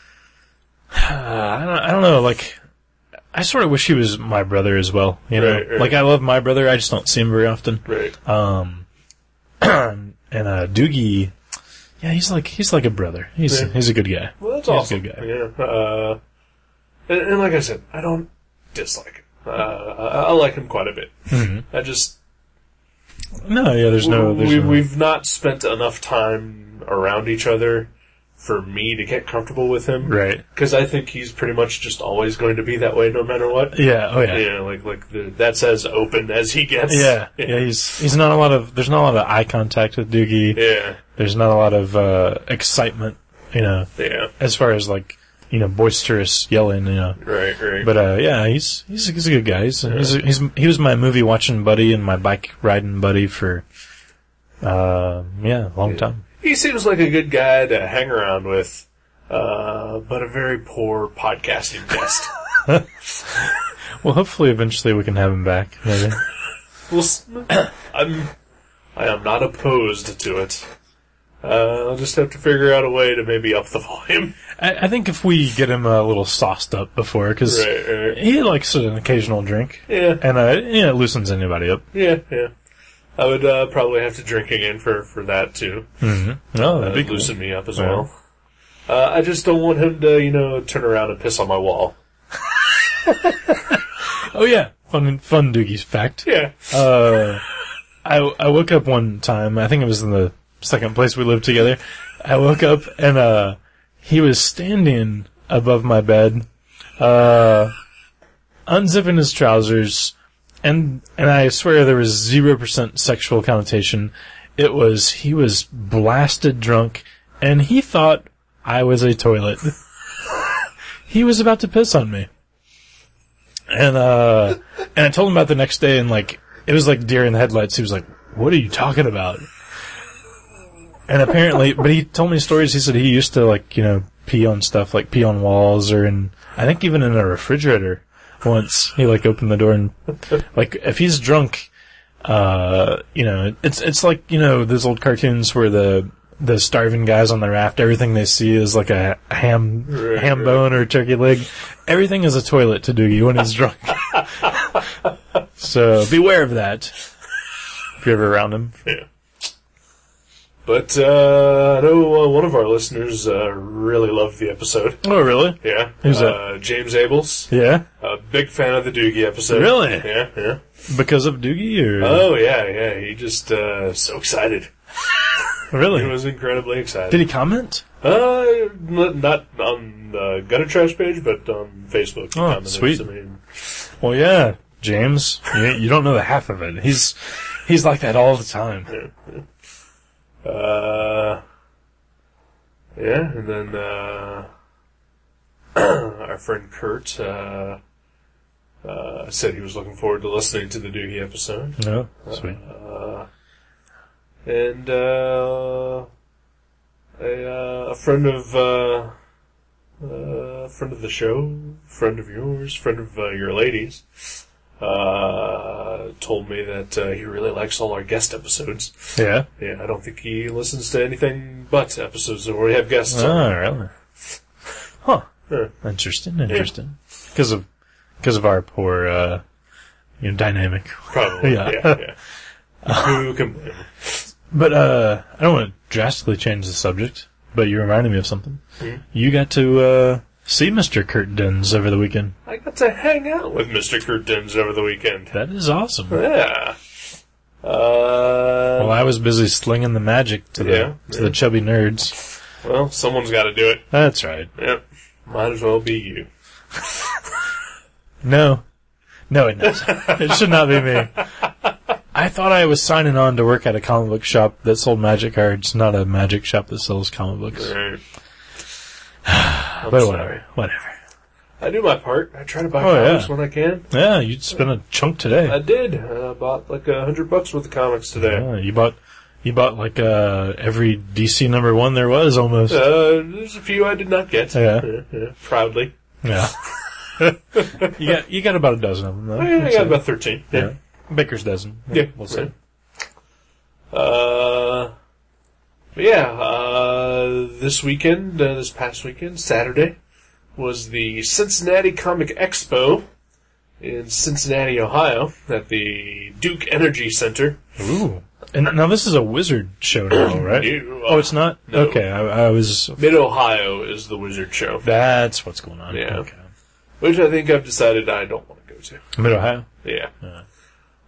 [SPEAKER 2] I don't I don't know like I sort of wish he was my brother as well. You know,
[SPEAKER 1] Right, right.
[SPEAKER 2] like I love my brother. I just don't see him very often.
[SPEAKER 1] Right.
[SPEAKER 2] Um, and uh, Doogie, yeah, he's like he's like a brother. He's
[SPEAKER 1] Yeah.
[SPEAKER 2] he's a good guy.
[SPEAKER 1] well, that's
[SPEAKER 2] he's
[SPEAKER 1] awesome.
[SPEAKER 2] a good guy.
[SPEAKER 1] Yeah. Uh, and, and like I said, I don't dislike him. Uh, I, I like him quite a bit. I just
[SPEAKER 2] Mm-hmm. No, yeah, there's no. There's
[SPEAKER 1] we,
[SPEAKER 2] no
[SPEAKER 1] we've not spent enough time around each other for me to get comfortable with him.
[SPEAKER 2] Right.
[SPEAKER 1] Because I think he's pretty much just always going to be that way no matter what.
[SPEAKER 2] Yeah. Oh yeah.
[SPEAKER 1] You know, like like the, that's as open as he gets.
[SPEAKER 2] Yeah, yeah, he's he's not a lot of there's not a lot of eye contact with Doogie.
[SPEAKER 1] yeah,
[SPEAKER 2] There's not a lot of uh, excitement, you know,
[SPEAKER 1] yeah.
[SPEAKER 2] as far as like you know boisterous yelling, you know.
[SPEAKER 1] Right, right.
[SPEAKER 2] But uh, yeah, he's he's he's a good guy. He's, he's, he's he was my movie watching buddy and my bike riding buddy for uh, yeah, a long time.
[SPEAKER 1] he seems like a good guy to hang around with, uh, but a very poor podcasting guest.
[SPEAKER 2] Well, hopefully eventually we can have him back. Maybe.
[SPEAKER 1] We'll s- I'm, I am not opposed to it. Uh, I'll just have to figure out a way to maybe up the volume.
[SPEAKER 2] I, I think if we get him a little sauced up before, because
[SPEAKER 1] Right, right.
[SPEAKER 2] he likes an occasional drink,
[SPEAKER 1] Yeah,
[SPEAKER 2] and uh, you know, it loosens anybody up.
[SPEAKER 1] yeah, yeah. I would uh, probably have to drink again for for that too.
[SPEAKER 2] No, that'd
[SPEAKER 1] That'd
[SPEAKER 2] be cool.
[SPEAKER 1] loosen me up as
[SPEAKER 2] Yeah.
[SPEAKER 1] well. Uh, I just don't want him to, you know, turn around and piss on my wall.
[SPEAKER 2] Oh yeah, fun fun Doogie fact.
[SPEAKER 1] Yeah.
[SPEAKER 2] Uh, I I woke up one time. I think it was in the second place we lived together. I woke up and uh, he was standing above my bed, uh, unzipping his trousers, and and I swear there was zero percent sexual connotation. It was he was blasted drunk, and he thought I was a toilet. he was about to piss on me. And uh and I told him about the next day and like it was like deer in the headlights. He was like, What are you talking about? And apparently but he told me stories, he said he used to like, you know, pee on stuff, like pee on walls or in I think even in a refrigerator once. He like opened the door and like if he's drunk uh you know, it's it's like, you know, those old cartoons where the the starving guys on the raft, everything they see is like a ham
[SPEAKER 1] Right,
[SPEAKER 2] ham
[SPEAKER 1] right.
[SPEAKER 2] bone or turkey leg. Everything is a toilet to Doogie when he's drunk. So beware of that. If you're ever around him.
[SPEAKER 1] Yeah. But uh, I know uh, one of our listeners uh, really loved the episode.
[SPEAKER 2] Oh, really?
[SPEAKER 1] Yeah.
[SPEAKER 2] Who's that?
[SPEAKER 1] Uh, James Abels.
[SPEAKER 2] Yeah.
[SPEAKER 1] A big fan of the Doogie episode.
[SPEAKER 2] Really?
[SPEAKER 1] Yeah, yeah.
[SPEAKER 2] Because of Doogie? Or?
[SPEAKER 1] Oh, yeah, yeah. He just uh, so excited. He
[SPEAKER 2] really?
[SPEAKER 1] was incredibly excited.
[SPEAKER 2] Did he comment?
[SPEAKER 1] Uh, not, not on the Gutter Trash page, but on Facebook. he
[SPEAKER 2] Oh,
[SPEAKER 1] commented
[SPEAKER 2] sweet.
[SPEAKER 1] to me and-
[SPEAKER 2] Well, yeah, James. You, you don't know the half of it. He's he's like that all the time.
[SPEAKER 1] Uh, yeah, and then uh, our friend Kurt uh, uh, said he was looking forward to listening to the Doogie episode.
[SPEAKER 2] No, Oh, sweet.
[SPEAKER 1] And uh, a, uh, a friend of uh, uh, friend of the show, friend of yours, friend of uh, your ladies, uh, told me that uh, he really likes all our guest episodes.
[SPEAKER 2] Yeah.
[SPEAKER 1] Yeah, I don't think he listens to anything but episodes where we have guests. Uh,
[SPEAKER 2] Oh, really? Huh.
[SPEAKER 1] Yeah.
[SPEAKER 2] Interesting. Interesting. Because of because of our poor uh, you know dynamic.
[SPEAKER 1] Probably.
[SPEAKER 2] Yeah.
[SPEAKER 1] Yeah. yeah, Who can blame him?
[SPEAKER 2] But uh, I don't want to drastically change the subject. But you reminded me of something.
[SPEAKER 1] Hmm?
[SPEAKER 2] You got to uh, see Mr. Kurt Denz over the weekend.
[SPEAKER 1] I got to hang out with Mr. Kurt Dims over the weekend.
[SPEAKER 2] That is awesome.
[SPEAKER 1] Yeah. Uh,
[SPEAKER 2] Well,
[SPEAKER 1] well,
[SPEAKER 2] I was busy slinging the magic to the
[SPEAKER 1] Yeah,
[SPEAKER 2] to
[SPEAKER 1] yeah.
[SPEAKER 2] the chubby nerds.
[SPEAKER 1] someone's got to do it.
[SPEAKER 2] That's right.
[SPEAKER 1] Yep. Might as well be you.
[SPEAKER 2] No, no, it does. it should not be me. I thought I was signing on to work at a comic book shop that sold magic cards, not a magic shop that sells comic books.
[SPEAKER 1] Right. I'm
[SPEAKER 2] But
[SPEAKER 1] sorry.
[SPEAKER 2] whatever, whatever.
[SPEAKER 1] I do my part. I try to buy
[SPEAKER 2] Oh, yeah.
[SPEAKER 1] comics when I can.
[SPEAKER 2] Yeah, you spent a chunk
[SPEAKER 1] I
[SPEAKER 2] today.
[SPEAKER 1] did. I bought like a hundred bucks worth of comics today.
[SPEAKER 2] Yeah, you bought, you bought like uh, every DC number one there was almost.
[SPEAKER 1] Uh, there's a few I did not get.
[SPEAKER 2] Yeah.
[SPEAKER 1] yeah. Proudly.
[SPEAKER 2] Yeah. you got you got about a dozen of them. Though.
[SPEAKER 1] I got about 13.
[SPEAKER 2] yeah. Baker's dozen.
[SPEAKER 1] Yeah.
[SPEAKER 2] we'll see.
[SPEAKER 1] Uh, but yeah, uh, this weekend, uh, this past weekend, Saturday, was the Cincinnati Comic Expo in Cincinnati, Ohio, at the Duke Energy Center.
[SPEAKER 2] Ooh. And now this is a wizard show now, right?
[SPEAKER 1] You-
[SPEAKER 2] oh, it's not.
[SPEAKER 1] No.
[SPEAKER 2] Okay, I, I was.
[SPEAKER 1] Mid Ohio is the Wizard Show,
[SPEAKER 2] That's what's going on.
[SPEAKER 1] Yeah.
[SPEAKER 2] Okay.
[SPEAKER 1] which I think I've decided I don't want to go to.
[SPEAKER 2] Mid Ohio.
[SPEAKER 1] Yeah.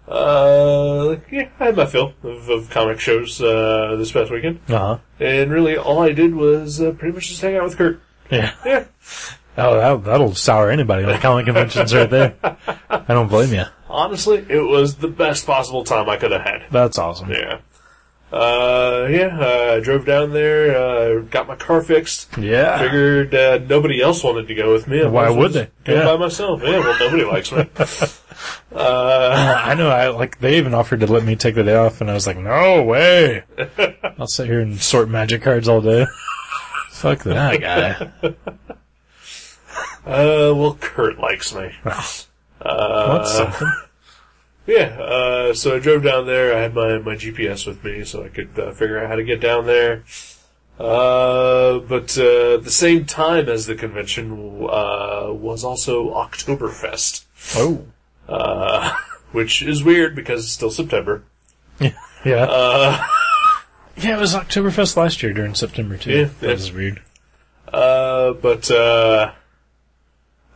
[SPEAKER 1] Uh, yeah, I had my fill of, of comic shows uh, this past weekend,
[SPEAKER 2] Uh huh.
[SPEAKER 1] and really all I did was uh, pretty much just hang out with Kurt.
[SPEAKER 2] Yeah.
[SPEAKER 1] Yeah,
[SPEAKER 2] Oh, that'll, that'll sour anybody on comic conventions right there. I don't blame you.
[SPEAKER 1] honestly, it was the best possible time I could have had.
[SPEAKER 2] That's awesome.
[SPEAKER 1] Yeah. Uh, yeah, uh, I drove down there, uh, got my car fixed.
[SPEAKER 2] Yeah.
[SPEAKER 1] Figured uh, nobody else wanted to go with me. I might
[SPEAKER 2] Why
[SPEAKER 1] as well
[SPEAKER 2] would
[SPEAKER 1] just
[SPEAKER 2] they?
[SPEAKER 1] Go
[SPEAKER 2] Yeah.
[SPEAKER 1] by myself. Yeah, well, nobody likes me.
[SPEAKER 2] I know. I like. They even offered to let me take the day off, and I was like, "No way! I'll sit here and sort magic cards all day." Fuck that guy.
[SPEAKER 1] Uh, well, Kurt likes me. Uh,
[SPEAKER 2] That's something.
[SPEAKER 1] Yeah, uh, so I drove down there. I had my, my GPS with me, so I could uh, figure out how to get down there. Uh, but uh, at the same time as the convention uh, was also Oktoberfest,
[SPEAKER 2] Oh,
[SPEAKER 1] uh, which is weird because it's still September.
[SPEAKER 2] yeah.
[SPEAKER 1] Uh,
[SPEAKER 2] yeah, it was Oktoberfest last year during September too.
[SPEAKER 1] Yeah, yeah.
[SPEAKER 2] that was weird.
[SPEAKER 1] Uh, but uh,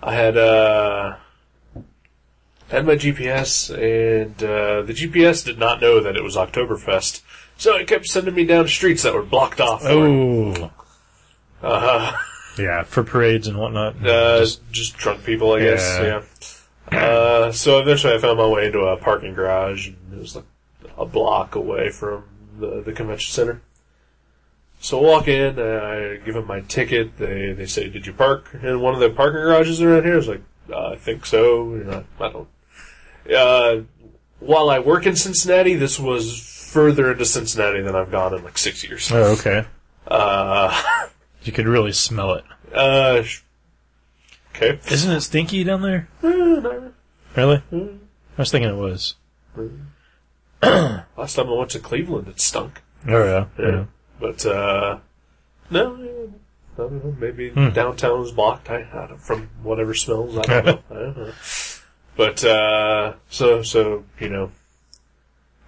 [SPEAKER 1] I had uh, had my GPS, and uh, the GPS did not know that it was Oktoberfest, so it kept sending me down streets that were blocked off. for it.
[SPEAKER 2] Oh. Uh huh. Yeah, for parades and whatnot.
[SPEAKER 1] Uh-huh. Uh,
[SPEAKER 2] Just-
[SPEAKER 1] just, drunk people, I guess.
[SPEAKER 2] Yeah.
[SPEAKER 1] Yeah. Uh, so eventually, I found my way into a parking garage, and it was like a block away from the, the convention center. So I walk in, and I give them my ticket. They they say, "Did you park in one of the parking garages around here?" I was like, uh, "I think so." You know, I don't. Uh, while I work in Cincinnati, this was further into Cincinnati than I've gone in like six years.
[SPEAKER 2] oh, okay.
[SPEAKER 1] Uh,
[SPEAKER 2] You could really smell it.
[SPEAKER 1] uh, sh- okay.
[SPEAKER 2] Isn't it stinky down there? Really?
[SPEAKER 1] Mm-hmm.
[SPEAKER 2] I was thinking it was.
[SPEAKER 1] Last time I went to Cleveland, it stunk.
[SPEAKER 2] Oh yeah. yeah.
[SPEAKER 1] But, uh, no, yeah, I don't know, maybe downtown was blocked. I, I don't, from whatever smells, I don't know. I don't know. But, uh, so, so, you know,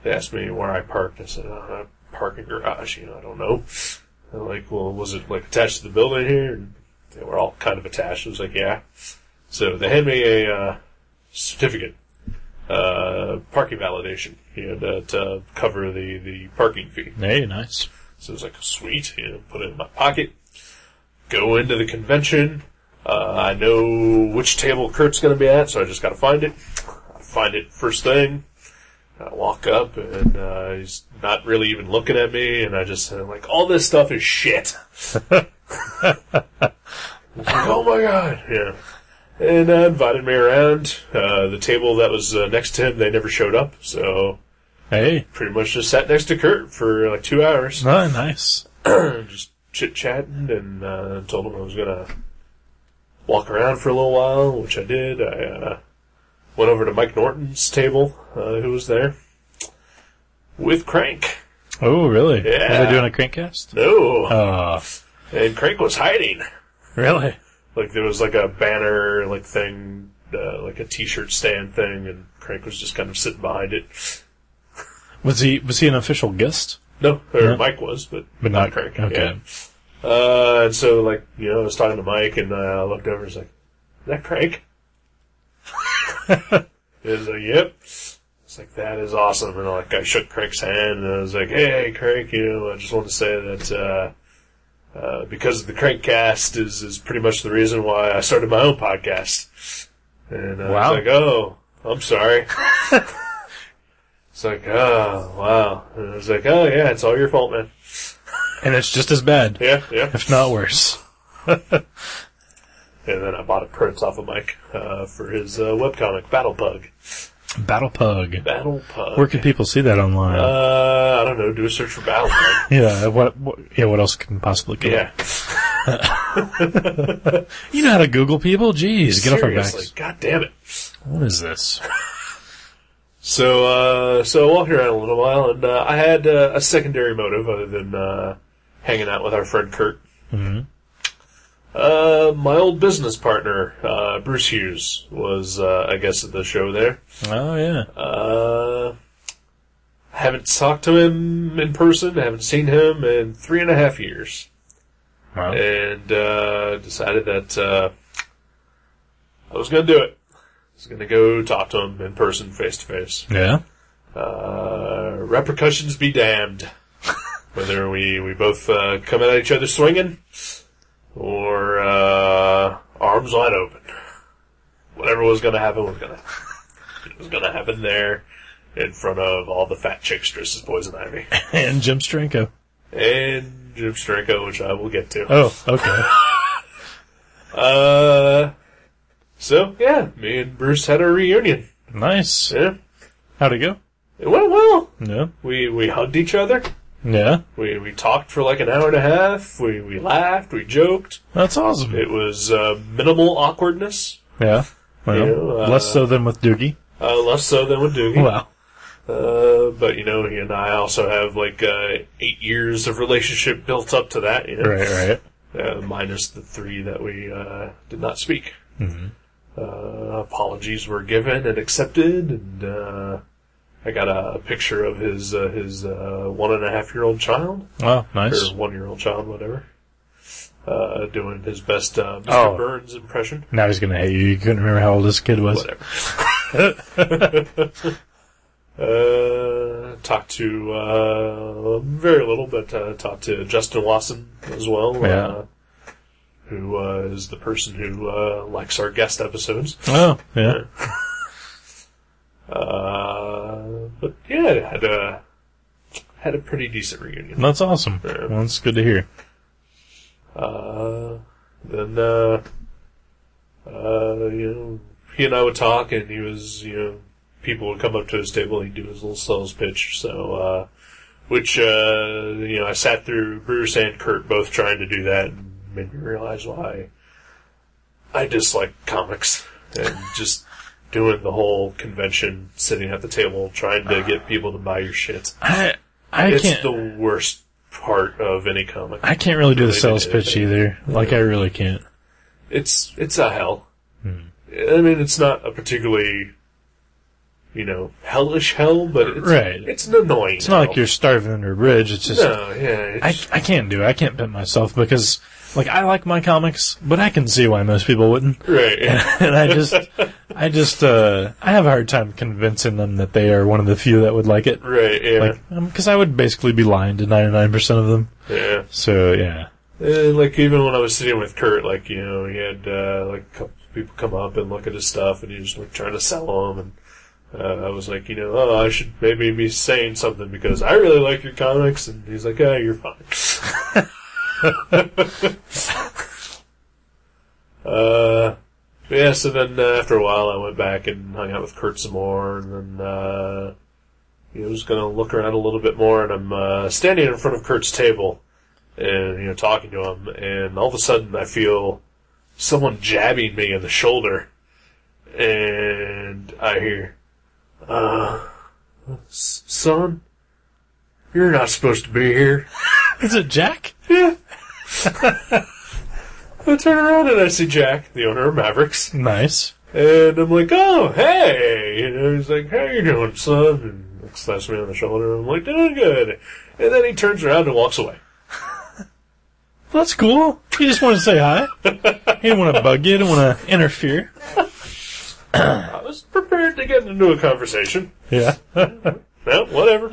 [SPEAKER 1] they asked me where I parked. I said, oh, I park in garage, you know, I don't know. They're like, well, was it like attached to the building here? And they were all kind of attached. I was like, yeah. So they hand me a, uh, certificate uh, parking validation, you know, to, to uh, cover the, the parking fee.
[SPEAKER 2] Hey, nice.
[SPEAKER 1] So it was like, sweet, you know, put it in my pocket, go into the convention. Uh, I know which table Kurt's going to be at, so I just got to find it. I find it first thing. I walk up, and uh, he's not really even looking at me, and I just i like, all this stuff is shit. I was like, oh my god, yeah. And uh, invited me around. Uh, the table that was uh, next to him, they never showed up, so
[SPEAKER 2] Hey.
[SPEAKER 1] pretty much just sat next to Kurt for like two hours
[SPEAKER 2] Oh, nice.
[SPEAKER 1] just chit chatting and uh, told him I was gonna walk around for a little while, which I did. I uh, went over to Mike Norton's table, uh, who was there with Crank.
[SPEAKER 2] Oh, really?
[SPEAKER 1] Yeah.
[SPEAKER 2] Are they doing a crankcast?
[SPEAKER 1] No,
[SPEAKER 2] Oh,
[SPEAKER 1] and Crank was hiding.
[SPEAKER 2] really?
[SPEAKER 1] Like there was like a banner like thing, uh, like a T-shirt stand thing, and Crank was just kind of sitting behind it.
[SPEAKER 2] Was he was he an official guest?
[SPEAKER 1] No, or
[SPEAKER 2] Yeah.
[SPEAKER 1] Mike was, but
[SPEAKER 2] But
[SPEAKER 1] not
[SPEAKER 2] not-
[SPEAKER 1] Crank.
[SPEAKER 2] okay.
[SPEAKER 1] yeah. Uh, and so like you know, I was talking to Mike, and uh, I looked over, and was like, "Is that Crank?" he was like, "Yep." It's like that is awesome, and like I shook Crank's hand, and I was like, "Hey, Crank, you know, I just want to say that." uh uh, because the Crankcast is, is pretty much the reason why I started my own podcast. And I
[SPEAKER 2] Wow.
[SPEAKER 1] was like, oh, I'm sorry. it's like, oh, wow. And I was like, oh, yeah, it's all your fault, man.
[SPEAKER 2] And it's just as bad,
[SPEAKER 1] Yeah, yeah.
[SPEAKER 2] if not worse.
[SPEAKER 1] And then I bought a print off of Mike uh, for his uh, webcomic, Battle Pug.
[SPEAKER 2] Battle Pug.
[SPEAKER 1] Battle Pug.
[SPEAKER 2] Where can people see that online?
[SPEAKER 1] uh, I don't know. Do a search for Battle Pug.
[SPEAKER 2] yeah. What, what? Yeah. What else can possibly come?
[SPEAKER 1] yeah.
[SPEAKER 2] up? You know how to Google people? Jeez, get off our
[SPEAKER 1] Seriously,
[SPEAKER 2] backs.
[SPEAKER 1] God damn it.
[SPEAKER 2] What is this?
[SPEAKER 1] So, uh, so I walked around a little while, and uh, I had uh, a secondary motive other than uh, hanging out with our friend Kurt.
[SPEAKER 2] Mm-hmm.
[SPEAKER 1] Uh, my old business partner, uh, Bruce Hughes, was, uh, I guess, at the show there.
[SPEAKER 2] Oh yeah.
[SPEAKER 1] Uh, I haven't talked to him in person, I haven't seen him in three and a half years
[SPEAKER 2] Wow.
[SPEAKER 1] and uh, decided that uh, I was going to do it. He's gonna go talk to him in person, face to face.
[SPEAKER 2] Yeah.
[SPEAKER 1] Uh, repercussions be damned. Whether we we both uh, come at each other swinging, or uh, arms wide open. Whatever was gonna happen was gonna it was gonna happen there, in front of all the fat chicks dressed as poison ivy
[SPEAKER 2] And Jim Stranko.
[SPEAKER 1] and Jim Stranko, which I will get to.
[SPEAKER 2] Oh, okay.
[SPEAKER 1] Uh, so yeah, me and Bruce had our reunion.
[SPEAKER 2] nice.
[SPEAKER 1] Yeah,
[SPEAKER 2] How'd it go?
[SPEAKER 1] it went well.
[SPEAKER 2] Yeah.
[SPEAKER 1] We we hugged each other.
[SPEAKER 2] Yeah.
[SPEAKER 1] We we talked for like an hour and a half. We we laughed. We joked.
[SPEAKER 2] That's awesome.
[SPEAKER 1] It was uh, minimal awkwardness,
[SPEAKER 2] yeah. Well,
[SPEAKER 1] You, uh,
[SPEAKER 2] less so than with Doogie.
[SPEAKER 1] uh, less so than with Doogie.
[SPEAKER 2] Wow.
[SPEAKER 1] Uh, but you know, he and I also have like uh, eight years of relationship built up to that. You know?
[SPEAKER 2] Right, right.
[SPEAKER 1] uh, minus the three that we uh, did not speak.
[SPEAKER 2] Mm-hmm.
[SPEAKER 1] Uh, apologies were given and accepted, and uh, I got a picture of his uh, his uh, one and a half year old child
[SPEAKER 2] Wow, nice.
[SPEAKER 1] or one year old child, whatever, uh, doing his best uh, Mr.
[SPEAKER 2] Oh.
[SPEAKER 1] Burns impression.
[SPEAKER 2] Now he's gonna hate you. You couldn't remember how old this kid was.
[SPEAKER 1] Whatever. uh, talked to uh, very little, but uh, talked to Justin Lawson as well.
[SPEAKER 2] Yeah.
[SPEAKER 1] Uh, who uh, is the person who uh, likes our guest episodes?
[SPEAKER 2] Oh, yeah.
[SPEAKER 1] Uh, but yeah, had a had a pretty decent reunion.
[SPEAKER 2] That's awesome.
[SPEAKER 1] Yeah.
[SPEAKER 2] Well, that's good to hear.
[SPEAKER 1] Uh, then uh, uh, you know, he and I would talk, and he was you know, people would come up to his table, he'd do his little sales pitch. So, uh, which uh, you know, I sat through Bruce and Kurt both trying to do that, and made me realize why I dislike comics and just. Doing the whole convention, sitting at the table, trying to get people to buy your shit.
[SPEAKER 2] I Uh, I
[SPEAKER 1] It's
[SPEAKER 2] can't
[SPEAKER 1] the worst part of any comic.
[SPEAKER 2] I can't really do the
[SPEAKER 1] Really
[SPEAKER 2] sales
[SPEAKER 1] did
[SPEAKER 2] pitch
[SPEAKER 1] it.
[SPEAKER 2] either. Like I really can't.
[SPEAKER 1] it's it's a hell. I mean, it's not a particularly, you know, hellish hell, but it's
[SPEAKER 2] Right.
[SPEAKER 1] it's an annoying.
[SPEAKER 2] It's not like you're starving under a bridge. It's just
[SPEAKER 1] No, yeah,
[SPEAKER 2] I
[SPEAKER 1] it's,
[SPEAKER 2] I can't do. It. I can't pit myself because like I like my comics, but I can see why most people wouldn't.
[SPEAKER 1] right. Yeah,
[SPEAKER 2] and I just, I just, uh, I have a hard time convincing them that they are one of the few that would like it.
[SPEAKER 1] right. Yeah,
[SPEAKER 2] Like, because I would basically be lying to 99% of them.
[SPEAKER 1] yeah.
[SPEAKER 2] So, yeah.
[SPEAKER 1] And like even when I was sitting with Kurt, like you know, he had uh, like a couple people come up and look at his stuff, and he was like trying to sell them, and uh, I was like, you know, oh, I should maybe be saying something because I really like your comics, and he's like, oh, you're fine. uh, yeah. So then uh, after a while, I went back and hung out with Kurt some more, and then. Uh, you know, just gonna look around a little bit more, and I'm uh, standing in front of Kurt's table, and you know talking to him and all of a sudden I feel someone jabbing me in the shoulder and I hear uh "S- son you're not supposed to be here
[SPEAKER 2] Is it Jack?
[SPEAKER 1] yeah I turn around and I see Jack the owner of Mavericks
[SPEAKER 2] Nice.
[SPEAKER 1] and I'm like oh hey you know he's like how you doing son and like, slaps me on the shoulder I'm like doing good and then he turns around and walks away
[SPEAKER 2] That's cool. He just wanted to say hi. He didn't want to bug you. He didn't want to interfere.
[SPEAKER 1] I was prepared to get into a conversation
[SPEAKER 2] Yeah.
[SPEAKER 1] Well, whatever.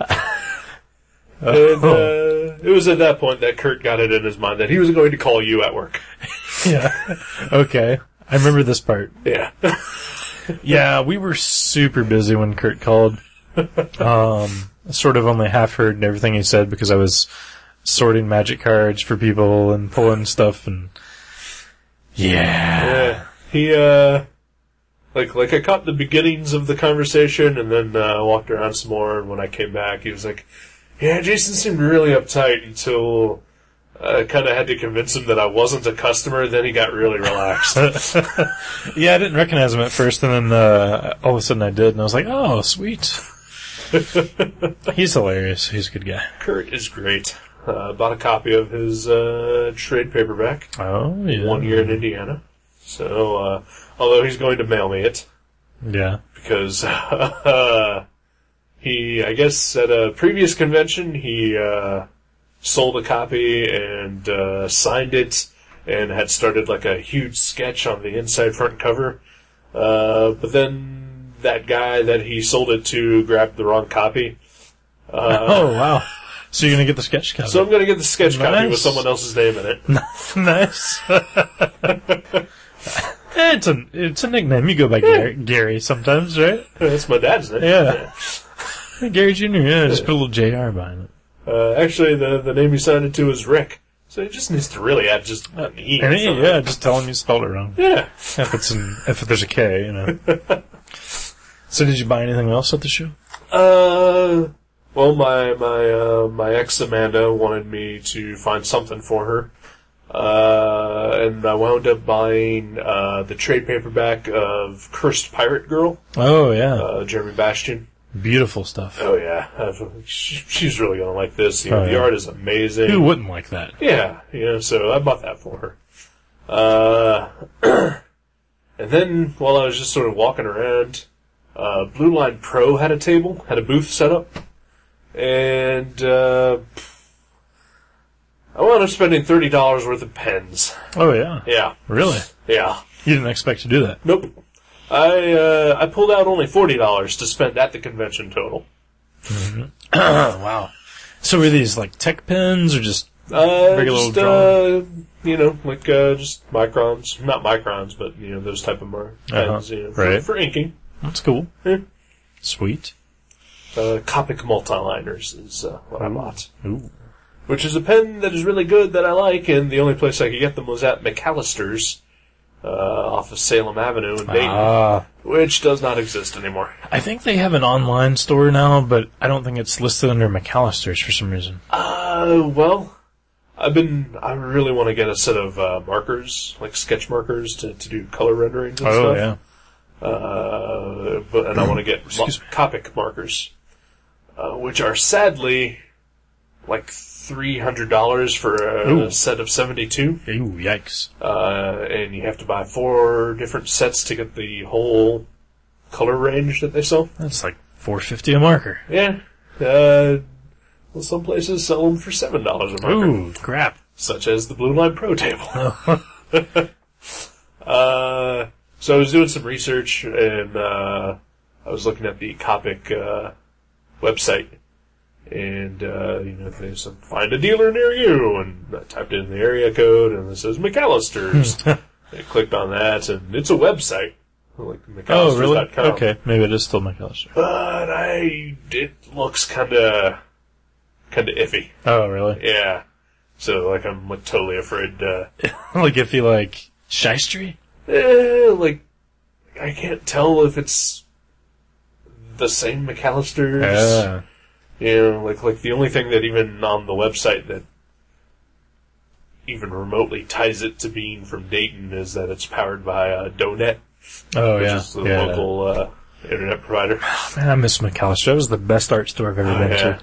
[SPEAKER 1] and, uh, it was at that point that Kurt got it in his mind that he was going to call you at work.
[SPEAKER 2] Yeah. Okay. I remember this part.
[SPEAKER 1] Yeah.
[SPEAKER 2] Yeah, we were super busy when Kurt called. Um, sort of only half heard everything he said because I was sorting magic cards for people and pulling stuff and yeah,
[SPEAKER 1] yeah. He, uh, like, like I caught the beginnings of the conversation and then, uh, walked around some more and when I came back he was like, yeah, Jason seemed really uptight until uh, I kind of had to convince him that I wasn't a customer, then he got really relaxed.
[SPEAKER 2] yeah. I didn't recognize him at first, and then uh, all of a sudden I did, and I was like, oh, sweet. He's hilarious. He's a good guy.
[SPEAKER 1] Kurt is great. Uh, bought a copy of his, uh, trade paperback.
[SPEAKER 2] Oh, yeah.
[SPEAKER 1] one year in Indiana. So, uh, although he's going to mail me it
[SPEAKER 2] Yeah.
[SPEAKER 1] because uh, he, I guess, at a previous convention, he uh, sold a copy and uh, signed it, and had started like a huge sketch on the inside front cover Uh, but then that guy that he sold it to grabbed the wrong copy.
[SPEAKER 2] oh wow! So you're gonna get the sketch cover?
[SPEAKER 1] So I'm going to get the sketch copy with
[SPEAKER 2] Nice.
[SPEAKER 1] someone else's name in it.
[SPEAKER 2] nice. Eh, it's a it's a nickname. You go by Gary, Gary sometimes, right?
[SPEAKER 1] That's my dad's name.
[SPEAKER 2] Yeah. Gary Jr. Yeah, just put a little Jr. behind it.
[SPEAKER 1] Uh, actually, the the name he signed it to is Rick. So he just needs to really add just an E.
[SPEAKER 2] And
[SPEAKER 1] or
[SPEAKER 2] yeah,
[SPEAKER 1] something.
[SPEAKER 2] yeah, just tell him you spelled it wrong.
[SPEAKER 1] Yeah.
[SPEAKER 2] If it's an, if there's a K, you know. so did you buy anything else at the show?
[SPEAKER 1] Uh, well, my my uh, my ex Amanda wanted me to find something for her, uh, and I wound up buying uh, the trade paperback of Cursed Pirate Girl,
[SPEAKER 2] Oh yeah,
[SPEAKER 1] uh, Jeremy Bastion.
[SPEAKER 2] beautiful stuff.
[SPEAKER 1] Oh yeah, I've- she- she's really gonna like this. You know,
[SPEAKER 2] Oh,
[SPEAKER 1] the
[SPEAKER 2] yeah.
[SPEAKER 1] art is amazing.
[SPEAKER 2] Who wouldn't like that?
[SPEAKER 1] Yeah, you know, so I bought that for her. Uh, and then while I was just sort of walking around, uh, Blue Line Pro had a table, had a booth set up, and uh, I wound up spending thirty dollars worth of pens.
[SPEAKER 2] Oh yeah,
[SPEAKER 1] Yeah,
[SPEAKER 2] really?
[SPEAKER 1] yeah.
[SPEAKER 2] You didn't expect to do that?
[SPEAKER 1] Nope. I uh, I pulled out only forty dollars to spend at the convention total.
[SPEAKER 2] Oh wow. So were these like tech pins or just?
[SPEAKER 1] Uh,
[SPEAKER 2] Regular
[SPEAKER 1] just,
[SPEAKER 2] old
[SPEAKER 1] uh, you know, like uh, just microns, not microns, but you know those type of mark
[SPEAKER 2] Uh-huh.
[SPEAKER 1] pens, you know, for,
[SPEAKER 2] Right.
[SPEAKER 1] for inking.
[SPEAKER 2] That's cool.
[SPEAKER 1] Yeah.
[SPEAKER 2] Sweet.
[SPEAKER 1] Uh, Copic multiliners is uh, what
[SPEAKER 2] Hmm.
[SPEAKER 1] I bought,
[SPEAKER 2] Ooh.
[SPEAKER 1] which is a pen that is really good that I like, and the only place I could get them was at McAllister's uh, off of Salem Avenue in Dayton,
[SPEAKER 2] Ah.
[SPEAKER 1] which does not exist anymore.
[SPEAKER 2] I think they have an online store now, but I don't think it's listed under McAllister's for some reason.
[SPEAKER 1] Uh, well, I've been. I really want to get a set of uh, markers, like sketch markers, to, to do color renderings
[SPEAKER 2] Oh,
[SPEAKER 1] and stuff. uh, but and I want to get mo-
[SPEAKER 2] Excuse me.
[SPEAKER 1] Copic markers, uh, which are sadly like three hundred dollars for a
[SPEAKER 2] Ooh.
[SPEAKER 1] set of seventy-two,
[SPEAKER 2] yeah. Ooh, yikes.
[SPEAKER 1] uh, and you have to buy four different sets to get the whole color range that they sell.
[SPEAKER 2] That's like four fifty a marker.
[SPEAKER 1] Yeah, uh, well, some places sell them for seven dollars a marker,
[SPEAKER 2] Ooh, crap.
[SPEAKER 1] such as the Blue Line Pro table. Uh, so I was doing some research and uh, I was looking at the Copic uh, website, and uh, you know they said find a dealer near you, and I typed in the area code, and it says McAllister's. I clicked on that, and it's a website, like McAllister's.com.
[SPEAKER 2] Oh, really? Okay, maybe it is still McAllister.
[SPEAKER 1] but I it looks kind of kind of iffy.
[SPEAKER 2] Oh, really?
[SPEAKER 1] Yeah, so like I'm like, totally afraid. Uh,
[SPEAKER 2] like if you like Shystery?
[SPEAKER 1] Eh, like I can't tell if it's the same McAllister's.
[SPEAKER 2] Uh,
[SPEAKER 1] You know, like like the only thing that even on the website that even remotely ties it to being from Dayton is that it's powered by uh, Donet,
[SPEAKER 2] oh,
[SPEAKER 1] which
[SPEAKER 2] yeah.
[SPEAKER 1] is the
[SPEAKER 2] yeah.
[SPEAKER 1] local uh, internet provider.
[SPEAKER 2] Man, I miss McAllister. That was the best art store I've ever been
[SPEAKER 1] Yeah.
[SPEAKER 2] to.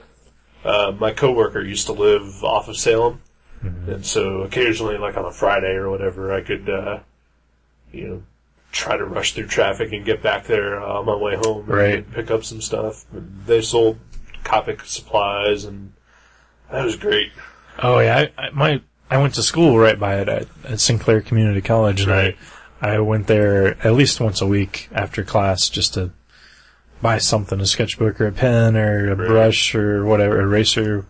[SPEAKER 1] Uh, my coworker used to live off of Salem,
[SPEAKER 2] Mm-hmm.
[SPEAKER 1] and so occasionally, like on a Friday or whatever, I could, uh, you know, try to rush through traffic and get back there uh, on my way home
[SPEAKER 2] Right.
[SPEAKER 1] and pick up some stuff. And they sold Copic supplies, and that was great.
[SPEAKER 2] Oh yeah, I, I my I went to school right by it at, at Sinclair Community College, and
[SPEAKER 1] Right.
[SPEAKER 2] I I went there at least once a week after class just to buy something a sketchbook or a pen or a brush or whatever eraser.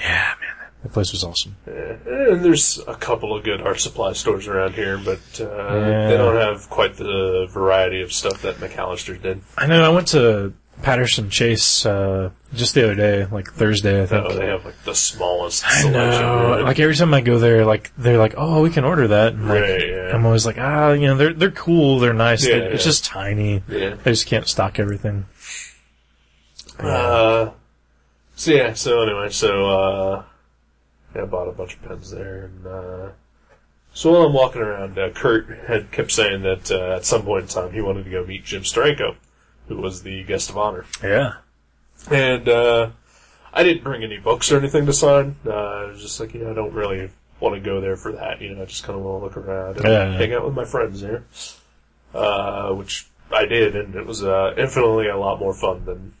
[SPEAKER 2] Yeah, man, that place was awesome.
[SPEAKER 1] And there's a couple of good art supply stores around here, but uh,
[SPEAKER 2] Yeah.
[SPEAKER 1] they don't have quite the variety of stuff that McAllister did.
[SPEAKER 2] I know I went to Patterson Chase uh, just the other day, like Thursday, I think.
[SPEAKER 1] Oh, they have like the smallest
[SPEAKER 2] I
[SPEAKER 1] selection.
[SPEAKER 2] know. Like every time I go there, like they're like, "Oh, we can order that." And, like,
[SPEAKER 1] Right, yeah.
[SPEAKER 2] I'm always like, "Ah, you know, they're they're cool, they're nice.
[SPEAKER 1] Yeah,
[SPEAKER 2] they're- It's
[SPEAKER 1] yeah.
[SPEAKER 2] just tiny.
[SPEAKER 1] Yeah.
[SPEAKER 2] They just can't stock everything."
[SPEAKER 1] Uh, so yeah, so anyway, so, uh, yeah, I bought a bunch of pens there, and, uh, so while I'm walking around, uh, Kurt had kept saying that, uh, at some point in time he wanted to go meet Jim Steranko, who was the guest of honor.
[SPEAKER 2] Yeah.
[SPEAKER 1] And, uh, I didn't bring any books or anything to sign, uh, I was just like, you know, I don't really want to go there for that, you know, I just kind of want to look around and
[SPEAKER 2] Yeah, yeah.
[SPEAKER 1] hang out with my friends there. Uh, which I did, and it was, uh, infinitely a lot more fun than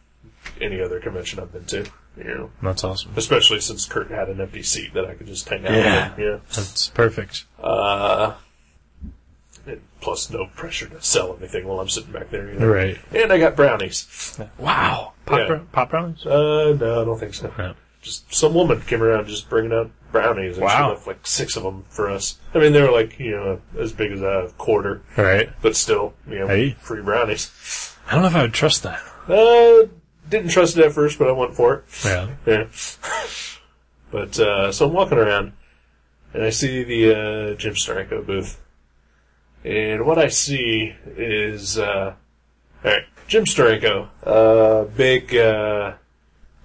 [SPEAKER 1] any other convention I've been to, you know
[SPEAKER 2] That's awesome.
[SPEAKER 1] especially since Kurt had an empty seat that I could just hang out.
[SPEAKER 2] Yeah.
[SPEAKER 1] in, yeah.
[SPEAKER 2] That's perfect.
[SPEAKER 1] Uh, Plus, no pressure to sell anything while I'm sitting back there. You know?
[SPEAKER 2] Right.
[SPEAKER 1] And I got brownies.
[SPEAKER 2] Wow. Pop,
[SPEAKER 1] Yeah.
[SPEAKER 2] bro- pop brownies?
[SPEAKER 1] Uh, no, I don't think so.
[SPEAKER 2] No.
[SPEAKER 1] Just some woman came around just bringing out brownies. And
[SPEAKER 2] Wow.
[SPEAKER 1] She left like six of them for us. I mean, they were like, you know, as big as a quarter,
[SPEAKER 2] All right.
[SPEAKER 1] but still, you know,
[SPEAKER 2] Hey.
[SPEAKER 1] free brownies.
[SPEAKER 2] I don't know if I would trust that.
[SPEAKER 1] Uh, didn't trust it at first, but I went for it.
[SPEAKER 2] Yeah.
[SPEAKER 1] Yeah. but uh, so I'm walking around, and I see the uh, Jim Steranko booth, and what I see is uh, all right, Jim Steranko, uh, big, uh,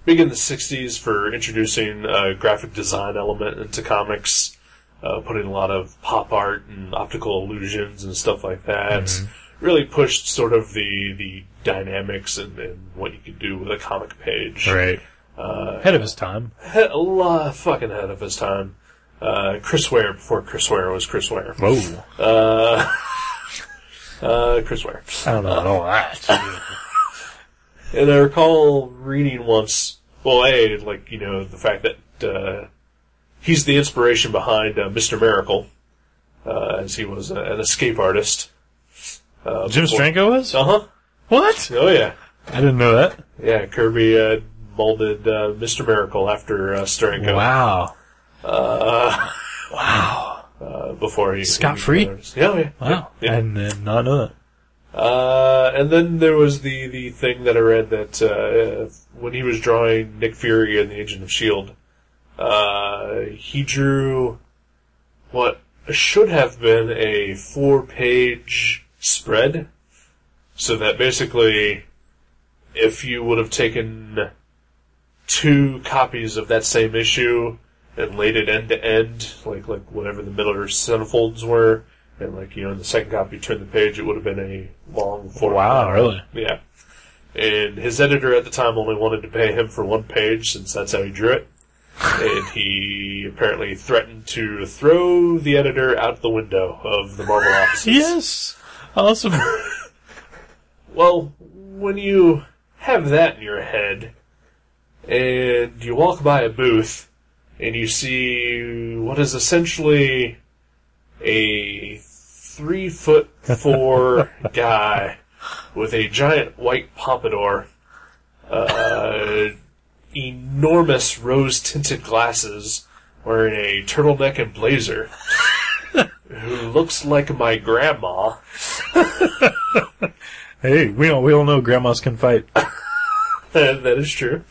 [SPEAKER 1] big in the '60s for introducing a graphic design element into comics. Uh, putting a lot of pop art and optical illusions and stuff like that. Really pushed sort of the the dynamics and, and what you could do with a comic page
[SPEAKER 2] All right.
[SPEAKER 1] Uh,
[SPEAKER 2] Ahead of his time.
[SPEAKER 1] he- a lot fucking ahead of his time. Uh, Chris Ware before Chris Ware was Chris Ware.
[SPEAKER 2] Whoa.
[SPEAKER 1] Uh, Chris Ware.
[SPEAKER 2] I don't know about all that.
[SPEAKER 1] And I recall reading once, well, A, like, you know, the fact that, uh, he's the inspiration behind uh, Mr. Miracle, uh, as he was a, an escape artist. Uh,
[SPEAKER 2] Jim Stranko was?
[SPEAKER 1] Uh huh.
[SPEAKER 2] What?
[SPEAKER 1] Oh, yeah.
[SPEAKER 2] I didn't know that.
[SPEAKER 1] Yeah, Kirby, uh, molded, uh, Mr. Miracle after, uh, Steranko.
[SPEAKER 2] Wow.
[SPEAKER 1] Uh, before he.
[SPEAKER 2] Scot-free?
[SPEAKER 1] Yeah, yeah.
[SPEAKER 2] Wow.
[SPEAKER 1] Yeah.
[SPEAKER 2] I did not know that.
[SPEAKER 1] Uh, and then there was the, the thing that I read that uh, when he was drawing Nick Fury and the Agent of Shield, uh, he drew what should have been a four page spread, so that basically, if you would have taken two copies of that same issue and laid it end to end, like like whatever the middle or centerfolds were, and like you know, in the second copy you turned the page, it would have been a long four.
[SPEAKER 2] Wow, really?
[SPEAKER 1] Yeah. And his editor at the time only wanted to pay him for one page since that's how he drew it. and he apparently threatened to throw the editor out the window of the Marvel offices.
[SPEAKER 2] Yes. Awesome.
[SPEAKER 1] Well, when you have that in your head, and you walk by a booth, and you see what is essentially a three foot four guy with a giant white pompadour, uh, enormous rose tinted glasses, wearing a turtleneck and blazer, who looks like my grandma.
[SPEAKER 2] hey, we all, we all know grandmas can fight.
[SPEAKER 1] that that is true.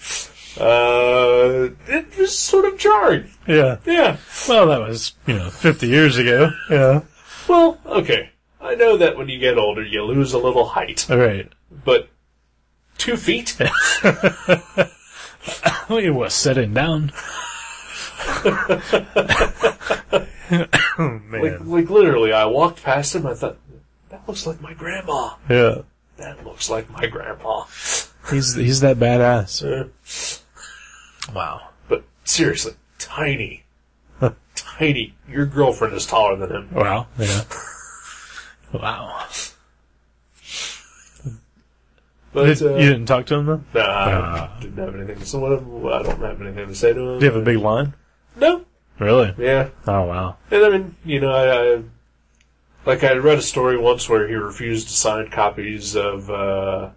[SPEAKER 1] Uh, it was sort of jarring.
[SPEAKER 2] Yeah.
[SPEAKER 1] Yeah.
[SPEAKER 2] Well, that was, you know, 50 years ago. Yeah.
[SPEAKER 1] Well, okay. I know that when you get older, you lose a little height,
[SPEAKER 2] All right.
[SPEAKER 1] but two feet?
[SPEAKER 2] We were sitting down. oh,
[SPEAKER 1] like,
[SPEAKER 2] man.
[SPEAKER 1] like literally, I walked past him. I thought that looks like my grandma.
[SPEAKER 2] Yeah.
[SPEAKER 1] That looks like my grandma.
[SPEAKER 2] He's, he's that badass.
[SPEAKER 1] Uh,
[SPEAKER 2] Wow.
[SPEAKER 1] but seriously, tiny, tiny. Your girlfriend is taller than him.
[SPEAKER 2] Wow. Yeah. Wow.
[SPEAKER 1] But
[SPEAKER 2] Did-
[SPEAKER 1] uh,
[SPEAKER 2] you didn't talk to him though?
[SPEAKER 1] nah, I didn't have anything. So what? I don't have anything to say to him.
[SPEAKER 2] Did you have a big line?
[SPEAKER 1] no.
[SPEAKER 2] Really?
[SPEAKER 1] Yeah.
[SPEAKER 2] Oh wow.
[SPEAKER 1] And I mean, you know, I, I like I read a story once where he refused to sign copies of uh,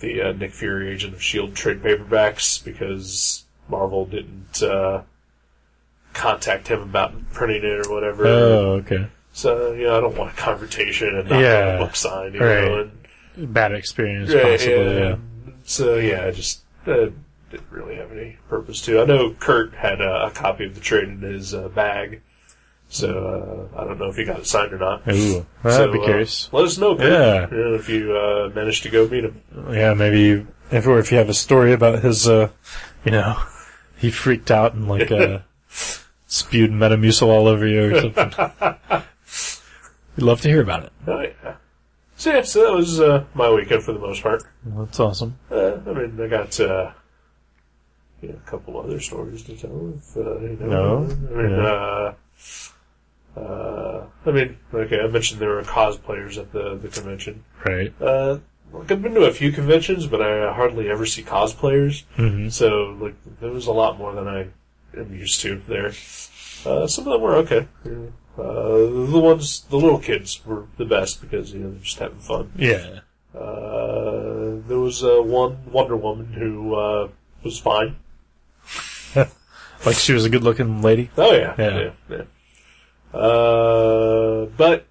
[SPEAKER 1] the uh, Nick Fury Agent of Shield trade paperbacks because Marvel didn't uh, contact him about printing it or whatever.
[SPEAKER 2] Oh, okay.
[SPEAKER 1] So you know, I don't want a confrontation and not
[SPEAKER 2] Yeah.
[SPEAKER 1] have a book signed. You know,
[SPEAKER 2] Right.
[SPEAKER 1] and,
[SPEAKER 2] Bad experience,
[SPEAKER 1] yeah,
[SPEAKER 2] possibly.
[SPEAKER 1] yeah.
[SPEAKER 2] Yeah.
[SPEAKER 1] So yeah, I just uh, didn't really have any purpose to. I know Kurt had a, a copy of the trade in his uh, bag, so uh, I don't know if he got it signed or not.
[SPEAKER 2] Ooh, well,
[SPEAKER 1] so,
[SPEAKER 2] I'd be
[SPEAKER 1] uh,
[SPEAKER 2] curious.
[SPEAKER 1] let us know, Kurt,
[SPEAKER 2] Yeah.
[SPEAKER 1] you know, if you uh, managed to go meet him.
[SPEAKER 2] yeah, maybe you, if or if you have a story about his, uh, you know, he freaked out and like uh, spewed Metamucil all over you or something. We'd love to hear about it.
[SPEAKER 1] Oh yeah. So yeah, so that was uh, my weekend for the most part.
[SPEAKER 2] Well, That's awesome.
[SPEAKER 1] Uh, I mean, I got uh, you know, a couple other stories to tell. If, uh, you know,
[SPEAKER 2] No?
[SPEAKER 1] I mean, uh, uh, I mean, okay, I mentioned there were cosplayers at the the convention.
[SPEAKER 2] Right.
[SPEAKER 1] Uh, like I've been to a few conventions, but I hardly ever see cosplayers.
[SPEAKER 2] Mm-hmm.
[SPEAKER 1] So like there was a lot more than I am used to there. Uh, some of them were okay. Yeah, Uh, the ones, the little kids were the best because, you know, they're just having fun.
[SPEAKER 2] Yeah.
[SPEAKER 1] Uh, there was uh, one Wonder Woman who uh, was fine.
[SPEAKER 2] Like she was a good looking lady.
[SPEAKER 1] Oh yeah,
[SPEAKER 2] Yeah.
[SPEAKER 1] yeah, yeah. Uh, but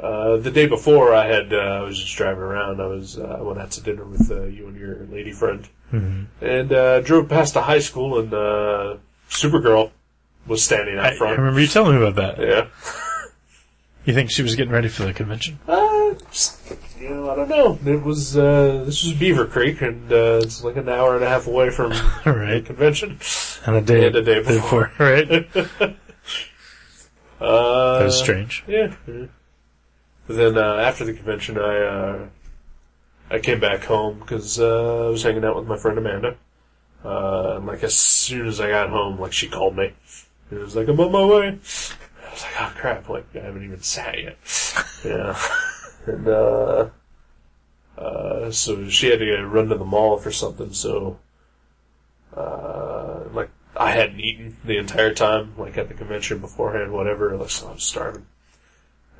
[SPEAKER 1] uh, the day before, I had uh, I was just driving around. I was uh, I went out to dinner with uh, you and your lady friend,
[SPEAKER 2] Mm-hmm.
[SPEAKER 1] and uh, drove past a high school, and uh, Supergirl was standing
[SPEAKER 2] I,
[SPEAKER 1] out
[SPEAKER 2] I
[SPEAKER 1] front.
[SPEAKER 2] remember you telling me about that.
[SPEAKER 1] Yeah.
[SPEAKER 2] You think she was getting ready for the convention?
[SPEAKER 1] Uh, just, you know, I don't know. It was uh, this was Beaver Creek, and uh, it's like an hour and a half away from the
[SPEAKER 2] right.
[SPEAKER 1] convention.
[SPEAKER 2] On a day,
[SPEAKER 1] And a day before.
[SPEAKER 2] right? That
[SPEAKER 1] Uh,
[SPEAKER 2] was strange.
[SPEAKER 1] Yeah. yeah. But then uh, after the convention, I uh, I came back home because uh, I was hanging out with my friend Amanda. Uh, and like as soon as I got home, like she called me. It was like I'm on my way. I was like, oh crap! Like I haven't even sat yet. yeah. And uh, uh, so she had to run to the mall for something. So uh, like I hadn't eaten the entire time, like at the convention beforehand, whatever. Like so I was starving.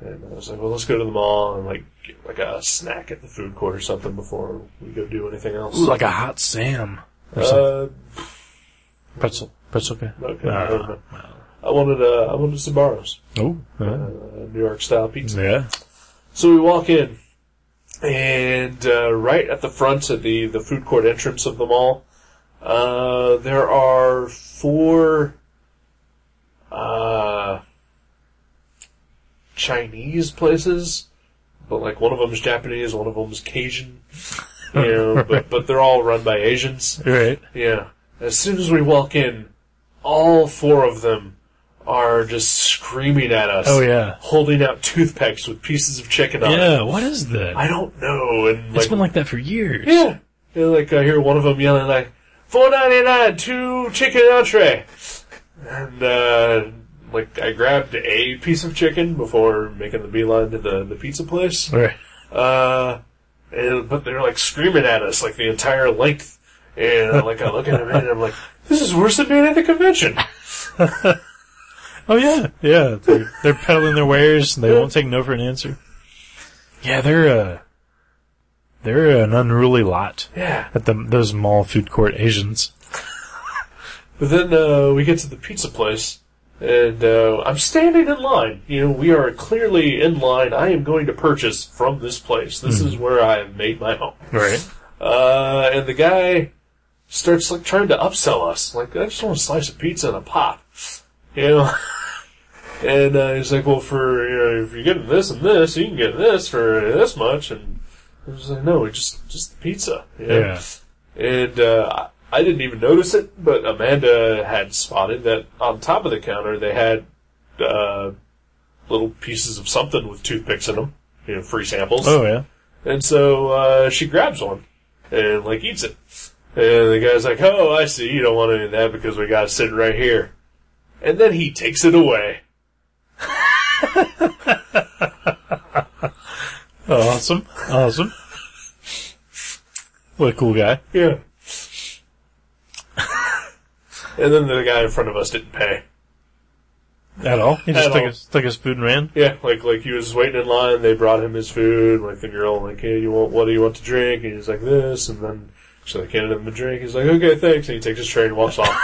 [SPEAKER 1] And I was like, well, let's go to the mall and like get like a snack at the food court or something before we go do anything else.
[SPEAKER 2] Like a hot Sam. Or something.
[SPEAKER 1] Uh,
[SPEAKER 2] pretzel. Pretzel guy.
[SPEAKER 1] okay. I, don't
[SPEAKER 2] Uh,
[SPEAKER 1] know. I wanted uh, I wanted Sbarro's,
[SPEAKER 2] oh.
[SPEAKER 1] uh,
[SPEAKER 2] uh,
[SPEAKER 1] New York style pizza.
[SPEAKER 2] yeah.
[SPEAKER 1] So we walk in, and uh, right at the front of the the food court entrance of the mall, uh, there are four uh, Chinese places, but like one of them is Japanese, one of them is Cajun. You know, but but they're all run by Asians.
[SPEAKER 2] Right.
[SPEAKER 1] Yeah. As soon as we walk in, all four of them are just screaming at us.
[SPEAKER 2] Oh, yeah.
[SPEAKER 1] Holding out toothpicks with pieces of chicken on it.
[SPEAKER 2] Yeah. What is that?
[SPEAKER 1] I don't know. And like,
[SPEAKER 2] it's been like that for years.
[SPEAKER 1] yeah. And, like I hear one of them yelling like, four ninety nine, two chicken entree. And uh, like I grabbed a piece of chicken before making the beeline to the the pizza place.
[SPEAKER 2] Right.
[SPEAKER 1] Uh, and, but they're like screaming at us like the entire length. And like I look at him and I'm like, this is worse than being at the convention.
[SPEAKER 2] Oh yeah, yeah. They're, they're peddling their wares and they won't take no for an answer. Yeah, they're uh, they're an unruly lot
[SPEAKER 1] Yeah.
[SPEAKER 2] at the those mall food court Asians.
[SPEAKER 1] But then uh, we get to the pizza place, and uh, I'm standing in line. You know, we are clearly in line. I am going to purchase from this place. This is where I have made my home.
[SPEAKER 2] Right.
[SPEAKER 1] Uh, and the guy starts like trying to upsell us. Like, I just want a slice of pizza and a pop. You know? and uh, he's like, well, for, you know, if you're getting this and this, you can get this for this much. And I was like, no, it's just, just the pizza. you know?
[SPEAKER 2] Yeah.
[SPEAKER 1] And, uh, I I didn't even notice it, but Amanda had spotted that on top of the counter they had, uh, little pieces of something with toothpicks in them. You know, free samples.
[SPEAKER 2] Oh yeah.
[SPEAKER 1] And so uh, she grabs one and like eats it. And the guy's like, "Oh, I see. You don't want any of that because we got to sit right here." And then he takes it away.
[SPEAKER 2] Oh, Awesome. Awesome. What a cool guy.
[SPEAKER 1] Yeah. and then the guy in front of us didn't pay.
[SPEAKER 2] At all. He just
[SPEAKER 1] At
[SPEAKER 2] took
[SPEAKER 1] all.
[SPEAKER 2] his took his food and ran.
[SPEAKER 1] Yeah, like like he was waiting in line. They brought him his food. Like the girl, like, "Hey, you want what do you want to drink?" And he's like, "This." And then she's like, "Handed him a drink." He's like, "Okay, thanks." And he takes his tray and walks off.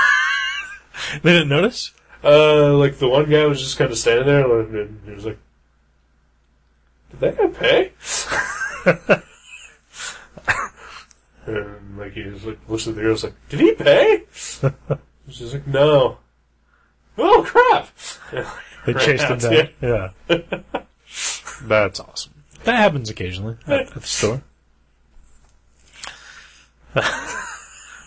[SPEAKER 2] They didn't notice?
[SPEAKER 1] Uh, like the one guy was just kind of standing there, like, and he was like, "Did that guy pay?" and like he was like, looks at the girl, was like, "Did he pay?" She's like, "No." Oh crap!
[SPEAKER 2] They
[SPEAKER 1] Right,
[SPEAKER 2] chased him
[SPEAKER 1] that's
[SPEAKER 2] down. Yeah. That's awesome. That happens occasionally at, at the store. you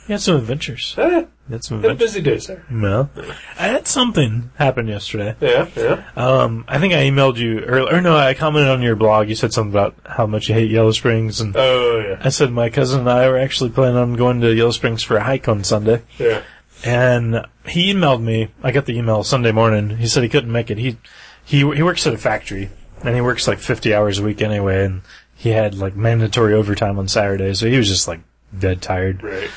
[SPEAKER 2] had some adventures.
[SPEAKER 1] Eh,
[SPEAKER 2] You had some
[SPEAKER 1] had a
[SPEAKER 2] adventures.
[SPEAKER 1] busy day, sir.
[SPEAKER 2] No. I had something happen yesterday.
[SPEAKER 1] Yeah, yeah.
[SPEAKER 2] Um, I think I emailed you earlier. Or no, I commented on your blog. You said something about how much you hate Yellow Springs. And
[SPEAKER 1] Oh yeah,
[SPEAKER 2] I said my cousin and I were actually planning on going to Yellow Springs for a hike on Sunday.
[SPEAKER 1] yeah.
[SPEAKER 2] and he emailed me. I got the email Sunday morning. He said he couldn't make it. He he he works at a factory, and he works like fifty hours a week anyway. And he had like mandatory overtime on Saturday, so he was just like dead tired.
[SPEAKER 1] Right.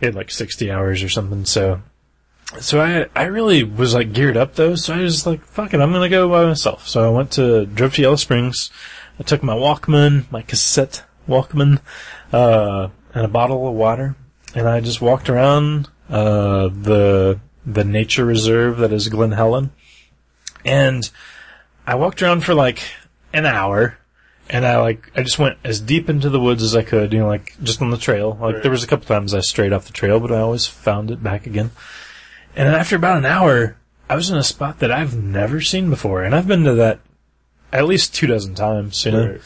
[SPEAKER 2] He had like sixty hours or something. So so I I really was like geared up though, so I was like, fuck it, I'm gonna go by myself. So I went to drove to Yellow Springs. I took my Walkman, my cassette Walkman, uh, and a bottle of water, and I just walked around uh, the the nature reserve that is Glen Helen, and I walked around for like an hour. And I like, I just went as deep into the woods as I could, you know, like just on the trail. Like
[SPEAKER 1] Right.
[SPEAKER 2] there was a couple times I strayed off the trail, but I always found it back again. And after about an hour, I was in a spot that I've never seen before, and I've been to that at least two dozen times, you know.
[SPEAKER 1] Right.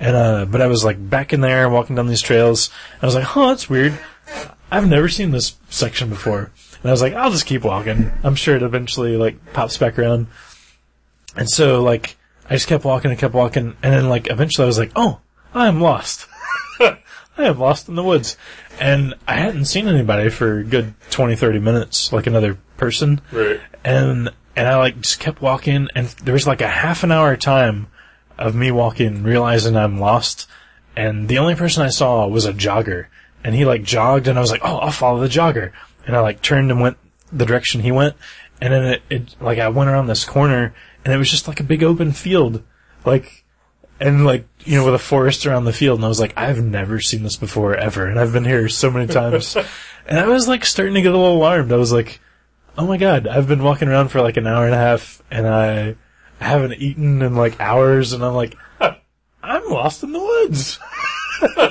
[SPEAKER 2] And uh, but I was like back in there, walking down these trails. I was like, "Huh, that's weird. I've never seen this section before." And I was like, "I'll just keep walking. I'm sure it eventually like pops back around." And so like I just kept walking and kept walking, and then like eventually I was like, "Oh, I am lost." I am lost in the woods. And I hadn't seen anybody for a good 20, 30 minutes, like another person.
[SPEAKER 1] Right.
[SPEAKER 2] And, and I like just kept walking and there was like a half an hour time of me walking, realizing I'm lost. And the only person I saw was a jogger and he like jogged and I was like, Oh, I'll follow the jogger. And I like turned and went the direction he went. And then it, it like I went around this corner and it was just like a big open field. Like, and like you know with a forest around the field and i was like i've never seen this before ever and i've been here so many times and i was like starting to get a little alarmed i was like oh my god i've been walking around for like an hour and a half and i haven't eaten in like hours and i'm like i'm lost in the woods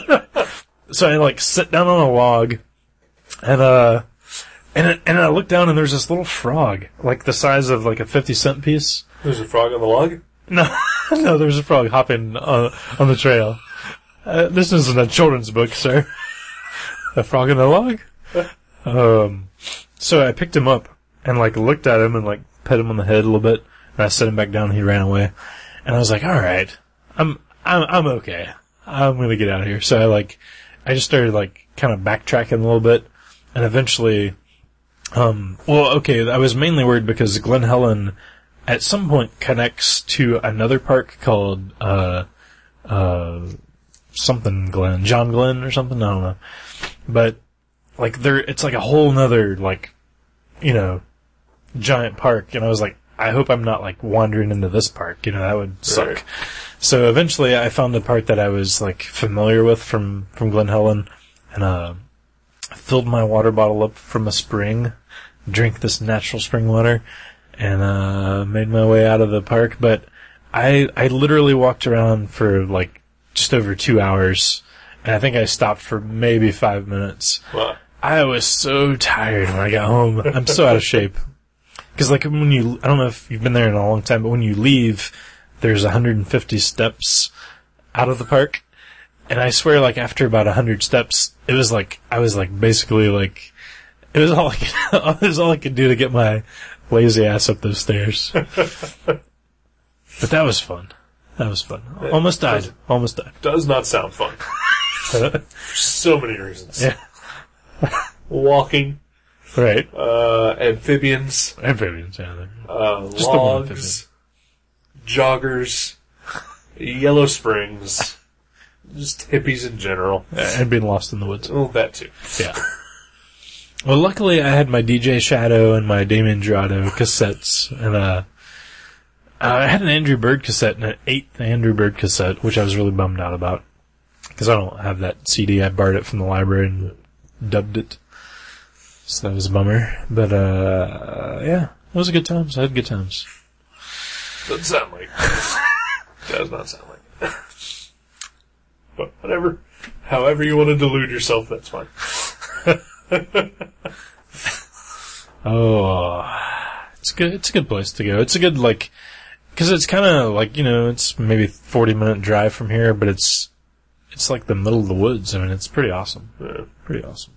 [SPEAKER 2] so i like sit down on a log and uh and, I- and I looked down and there's this little frog, like the size of like a 50 cent piece.
[SPEAKER 1] There's a frog on the log.
[SPEAKER 2] No, no, there was a frog hopping on, on the trail. Uh, this isn't a children's book, sir. a frog in the log. Um, so I picked him up and like looked at him and like pet him on the head a little bit, and I set him back down. and He ran away, and I was like, "All right, I'm I'm I'm okay. I'm gonna get out of here." So I like, I just started like kind of backtracking a little bit, and eventually, um, well, okay, I was mainly worried because Glen Helen at some point connects to another park called uh uh something Glen, John Glen or something, I don't know. But like there it's like a whole nother like you know giant park and I was like I hope I'm not like wandering into this park, you know, that would suck.
[SPEAKER 1] Right.
[SPEAKER 2] So eventually I found a park that I was like familiar with from from Glen Helen and uh filled my water bottle up from a spring, drink this natural spring water, and uh, made my way out of the park. But I I literally walked around for like just over two hours, and I think I stopped for maybe five minutes.
[SPEAKER 1] Wow.
[SPEAKER 2] I was so tired when I got home. I'm so out of shape. Because like when you, I don't know if you've been there in a long time, but when you leave, there's 150 steps out of the park, and I swear, like after about 100 steps, it was like I was like basically like it was all I could, it was all I could do to get my lazy ass up those stairs. but that was fun. That was fun. Almost died. Almost died.
[SPEAKER 1] Does not sound fun. For so many reasons.
[SPEAKER 2] Yeah.
[SPEAKER 1] Walking,
[SPEAKER 2] Right.
[SPEAKER 1] uh, amphibians,
[SPEAKER 2] Amphibians. Yeah. they're-
[SPEAKER 1] uh,
[SPEAKER 2] Just the one
[SPEAKER 1] logs, joggers, Yellow Springs, just hippies in general.
[SPEAKER 2] And being lost in the woods.
[SPEAKER 1] Oh, that too.
[SPEAKER 2] Yeah. Well, luckily I had my DJ Shadow and my Damien Gerardo cassettes, and uh, I had an Andrew Bird cassette and an eighth Andrew Bird cassette, which I was really bummed out about because I don't have that CD. I borrowed it from the library and dubbed it, so that was a bummer. But uh, yeah, it was a good times. I had good times.
[SPEAKER 1] Doesn't sound like. does not sound like. it. but whatever. However you want to delude yourself, that's fine.
[SPEAKER 2] Oh, it's good. It's a good place to go. It's a good like, because it's kind of like you know, it's maybe forty minute drive from here, but it's it's like the middle of the woods. I mean, it's pretty awesome.
[SPEAKER 1] Yeah.
[SPEAKER 2] Pretty awesome.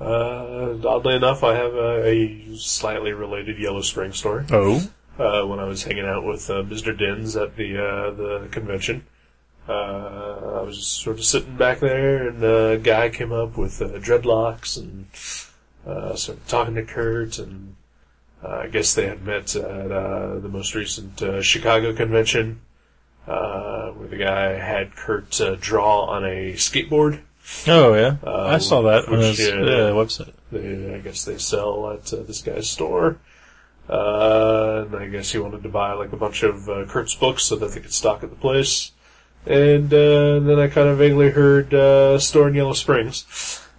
[SPEAKER 1] Uh, oddly enough, I have a, a slightly related Yellow Spring story.
[SPEAKER 2] Oh,
[SPEAKER 1] uh, when I was hanging out with uh, Mr. Dins at the uh, the convention. Uh, I was just sort of sitting back there, and uh, a guy came up with uh, dreadlocks and uh, sort of talking to Kurt, and uh, I guess they had met at uh, the most recent uh, Chicago convention, uh, where the guy had Kurt uh, draw on a skateboard
[SPEAKER 2] Oh yeah,
[SPEAKER 1] Uh,
[SPEAKER 2] I saw that on
[SPEAKER 1] which,
[SPEAKER 2] his
[SPEAKER 1] yeah.
[SPEAKER 2] uh, website.
[SPEAKER 1] They, I guess they sell at uh, this guy's store. Uh, and I guess he wanted to buy like a bunch of uh, Kurtz books so that they could stock at the place. And uh, then I kind of vaguely heard uh, store in Yellow Springs,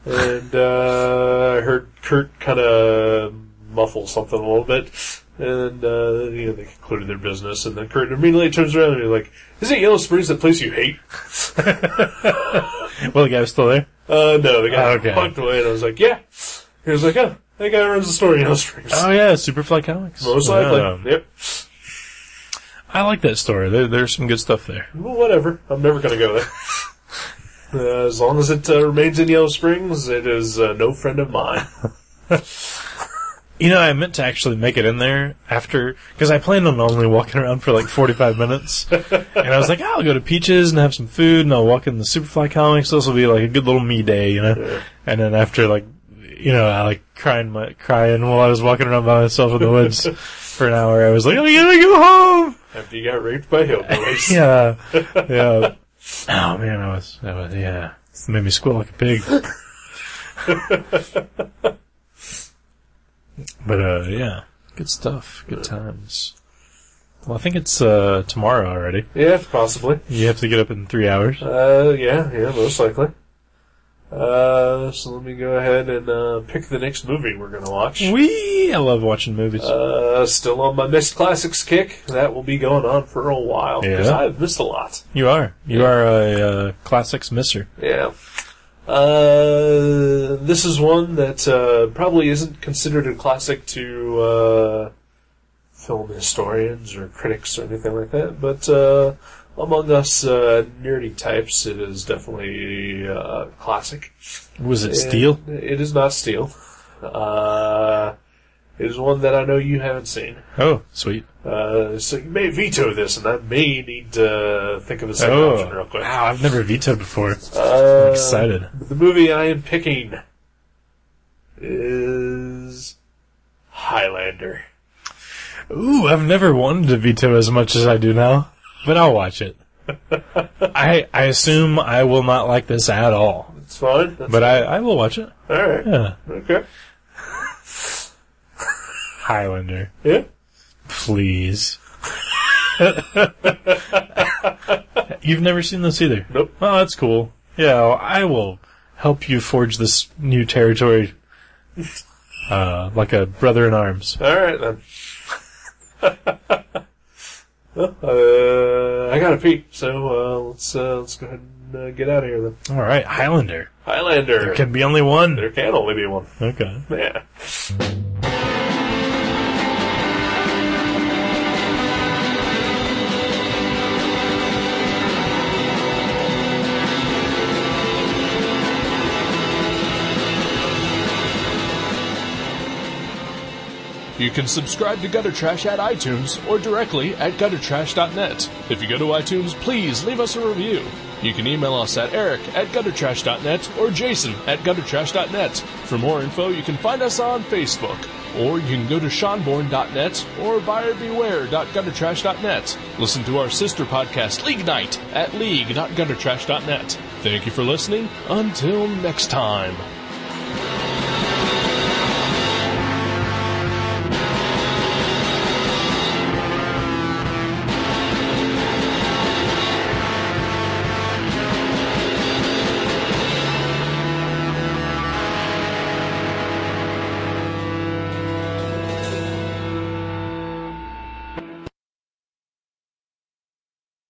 [SPEAKER 1] and uh, I heard Kurt kind of muffle something a little bit. And uh, you know they concluded their business, and then Kurt immediately turns around and he's like, "Isn't Yellow Springs the place you hate?"
[SPEAKER 2] Well, the guy was still there.
[SPEAKER 1] Uh, no, the guy
[SPEAKER 2] Okay.
[SPEAKER 1] walked away, and I was like, "Yeah." He was like, "Oh, that guy runs the store in Yellow Springs."
[SPEAKER 2] Oh yeah, Superfly Comics.
[SPEAKER 1] Most likely.
[SPEAKER 2] Yeah.
[SPEAKER 1] Yep.
[SPEAKER 2] I like that story. There, there's some good stuff there.
[SPEAKER 1] Well, whatever. I'm never going to go there. uh, as long as it uh, remains in Yellow Springs, it is uh, no friend of mine.
[SPEAKER 2] You know, I meant to actually make it in there after, because I planned on only walking around for like 45 minutes. and I was like, I'll go to Peaches and have some food and I'll walk in the Superfly comics. This will be like a good little me day, you know?
[SPEAKER 1] Yeah.
[SPEAKER 2] And then after like, you know, I like crying my, crying while I was walking around by myself in the woods for an hour. I was like, I gotta go home!
[SPEAKER 1] After you got raped by hillbillies.
[SPEAKER 2] Yeah. Yeah. Oh man, I was, I was, yeah. Made me squeal like a pig. but, uh, yeah. Good stuff. Good times. Well, I think it's, uh, tomorrow already.
[SPEAKER 1] Yeah, possibly.
[SPEAKER 2] You have to get up in three hours.
[SPEAKER 1] Uh, yeah, yeah, most likely. Uh, so let me go ahead and uh, pick the next movie we're going to watch.
[SPEAKER 2] Mm. Wee! I love watching movies.
[SPEAKER 1] Uh, still on my missed classics kick. That will be going on for a while because
[SPEAKER 2] Yeah.
[SPEAKER 1] I've missed a lot.
[SPEAKER 2] you are. You are a, uh classics misser.
[SPEAKER 1] Yeah. Uh, this is one that uh, probably isn't considered a classic to uh, film historians or critics or anything like that, but uh, among us uh, nerdy types, it is definitely uh, classic.
[SPEAKER 2] Was it Steel?
[SPEAKER 1] And It is not Steel. Uh, it is one that I know you haven't seen.
[SPEAKER 2] Oh, sweet.
[SPEAKER 1] Uh, so you may veto this, and I may need to think of a second option real
[SPEAKER 2] Oh,
[SPEAKER 1] quick.
[SPEAKER 2] wow, I've never vetoed before.
[SPEAKER 1] Uh,
[SPEAKER 2] Excited.
[SPEAKER 1] The movie I am picking is Highlander.
[SPEAKER 2] Ooh, I've never wanted to veto as much as I do now, but I'll watch it. I I assume I will not like this at all,
[SPEAKER 1] It's fine. That's
[SPEAKER 2] but I, I will watch it.
[SPEAKER 1] all right.
[SPEAKER 2] Yeah,
[SPEAKER 1] Okay.
[SPEAKER 2] Highlander,
[SPEAKER 1] Yeah.
[SPEAKER 2] please. You've never seen this either.
[SPEAKER 1] Nope.
[SPEAKER 2] Oh, that's cool. Yeah, well, I will help you forge this new territory, uh, like a brother in arms.
[SPEAKER 1] All right then. Well, uh, I gotta pee, so uh, let's uh, let's go ahead and uh, get out of here then.
[SPEAKER 2] All right, Highlander.
[SPEAKER 1] Highlander.
[SPEAKER 2] There can be only one.
[SPEAKER 1] there can only be one.
[SPEAKER 2] Okay.
[SPEAKER 1] Yeah. You can subscribe to Gutter Trash at iTunes or directly at guttertrash.net. If you go to iTunes, please leave us a review. You can email us at eric at guttertrash.net or jason at guttertrash.net. For more info, you can find us on Facebook. Or you can go to seanborn.net or buyerbeware.guttertrash.net. Listen to our sister podcast, League Night, at league.guttertrash.net. Thank you for listening. Until next time.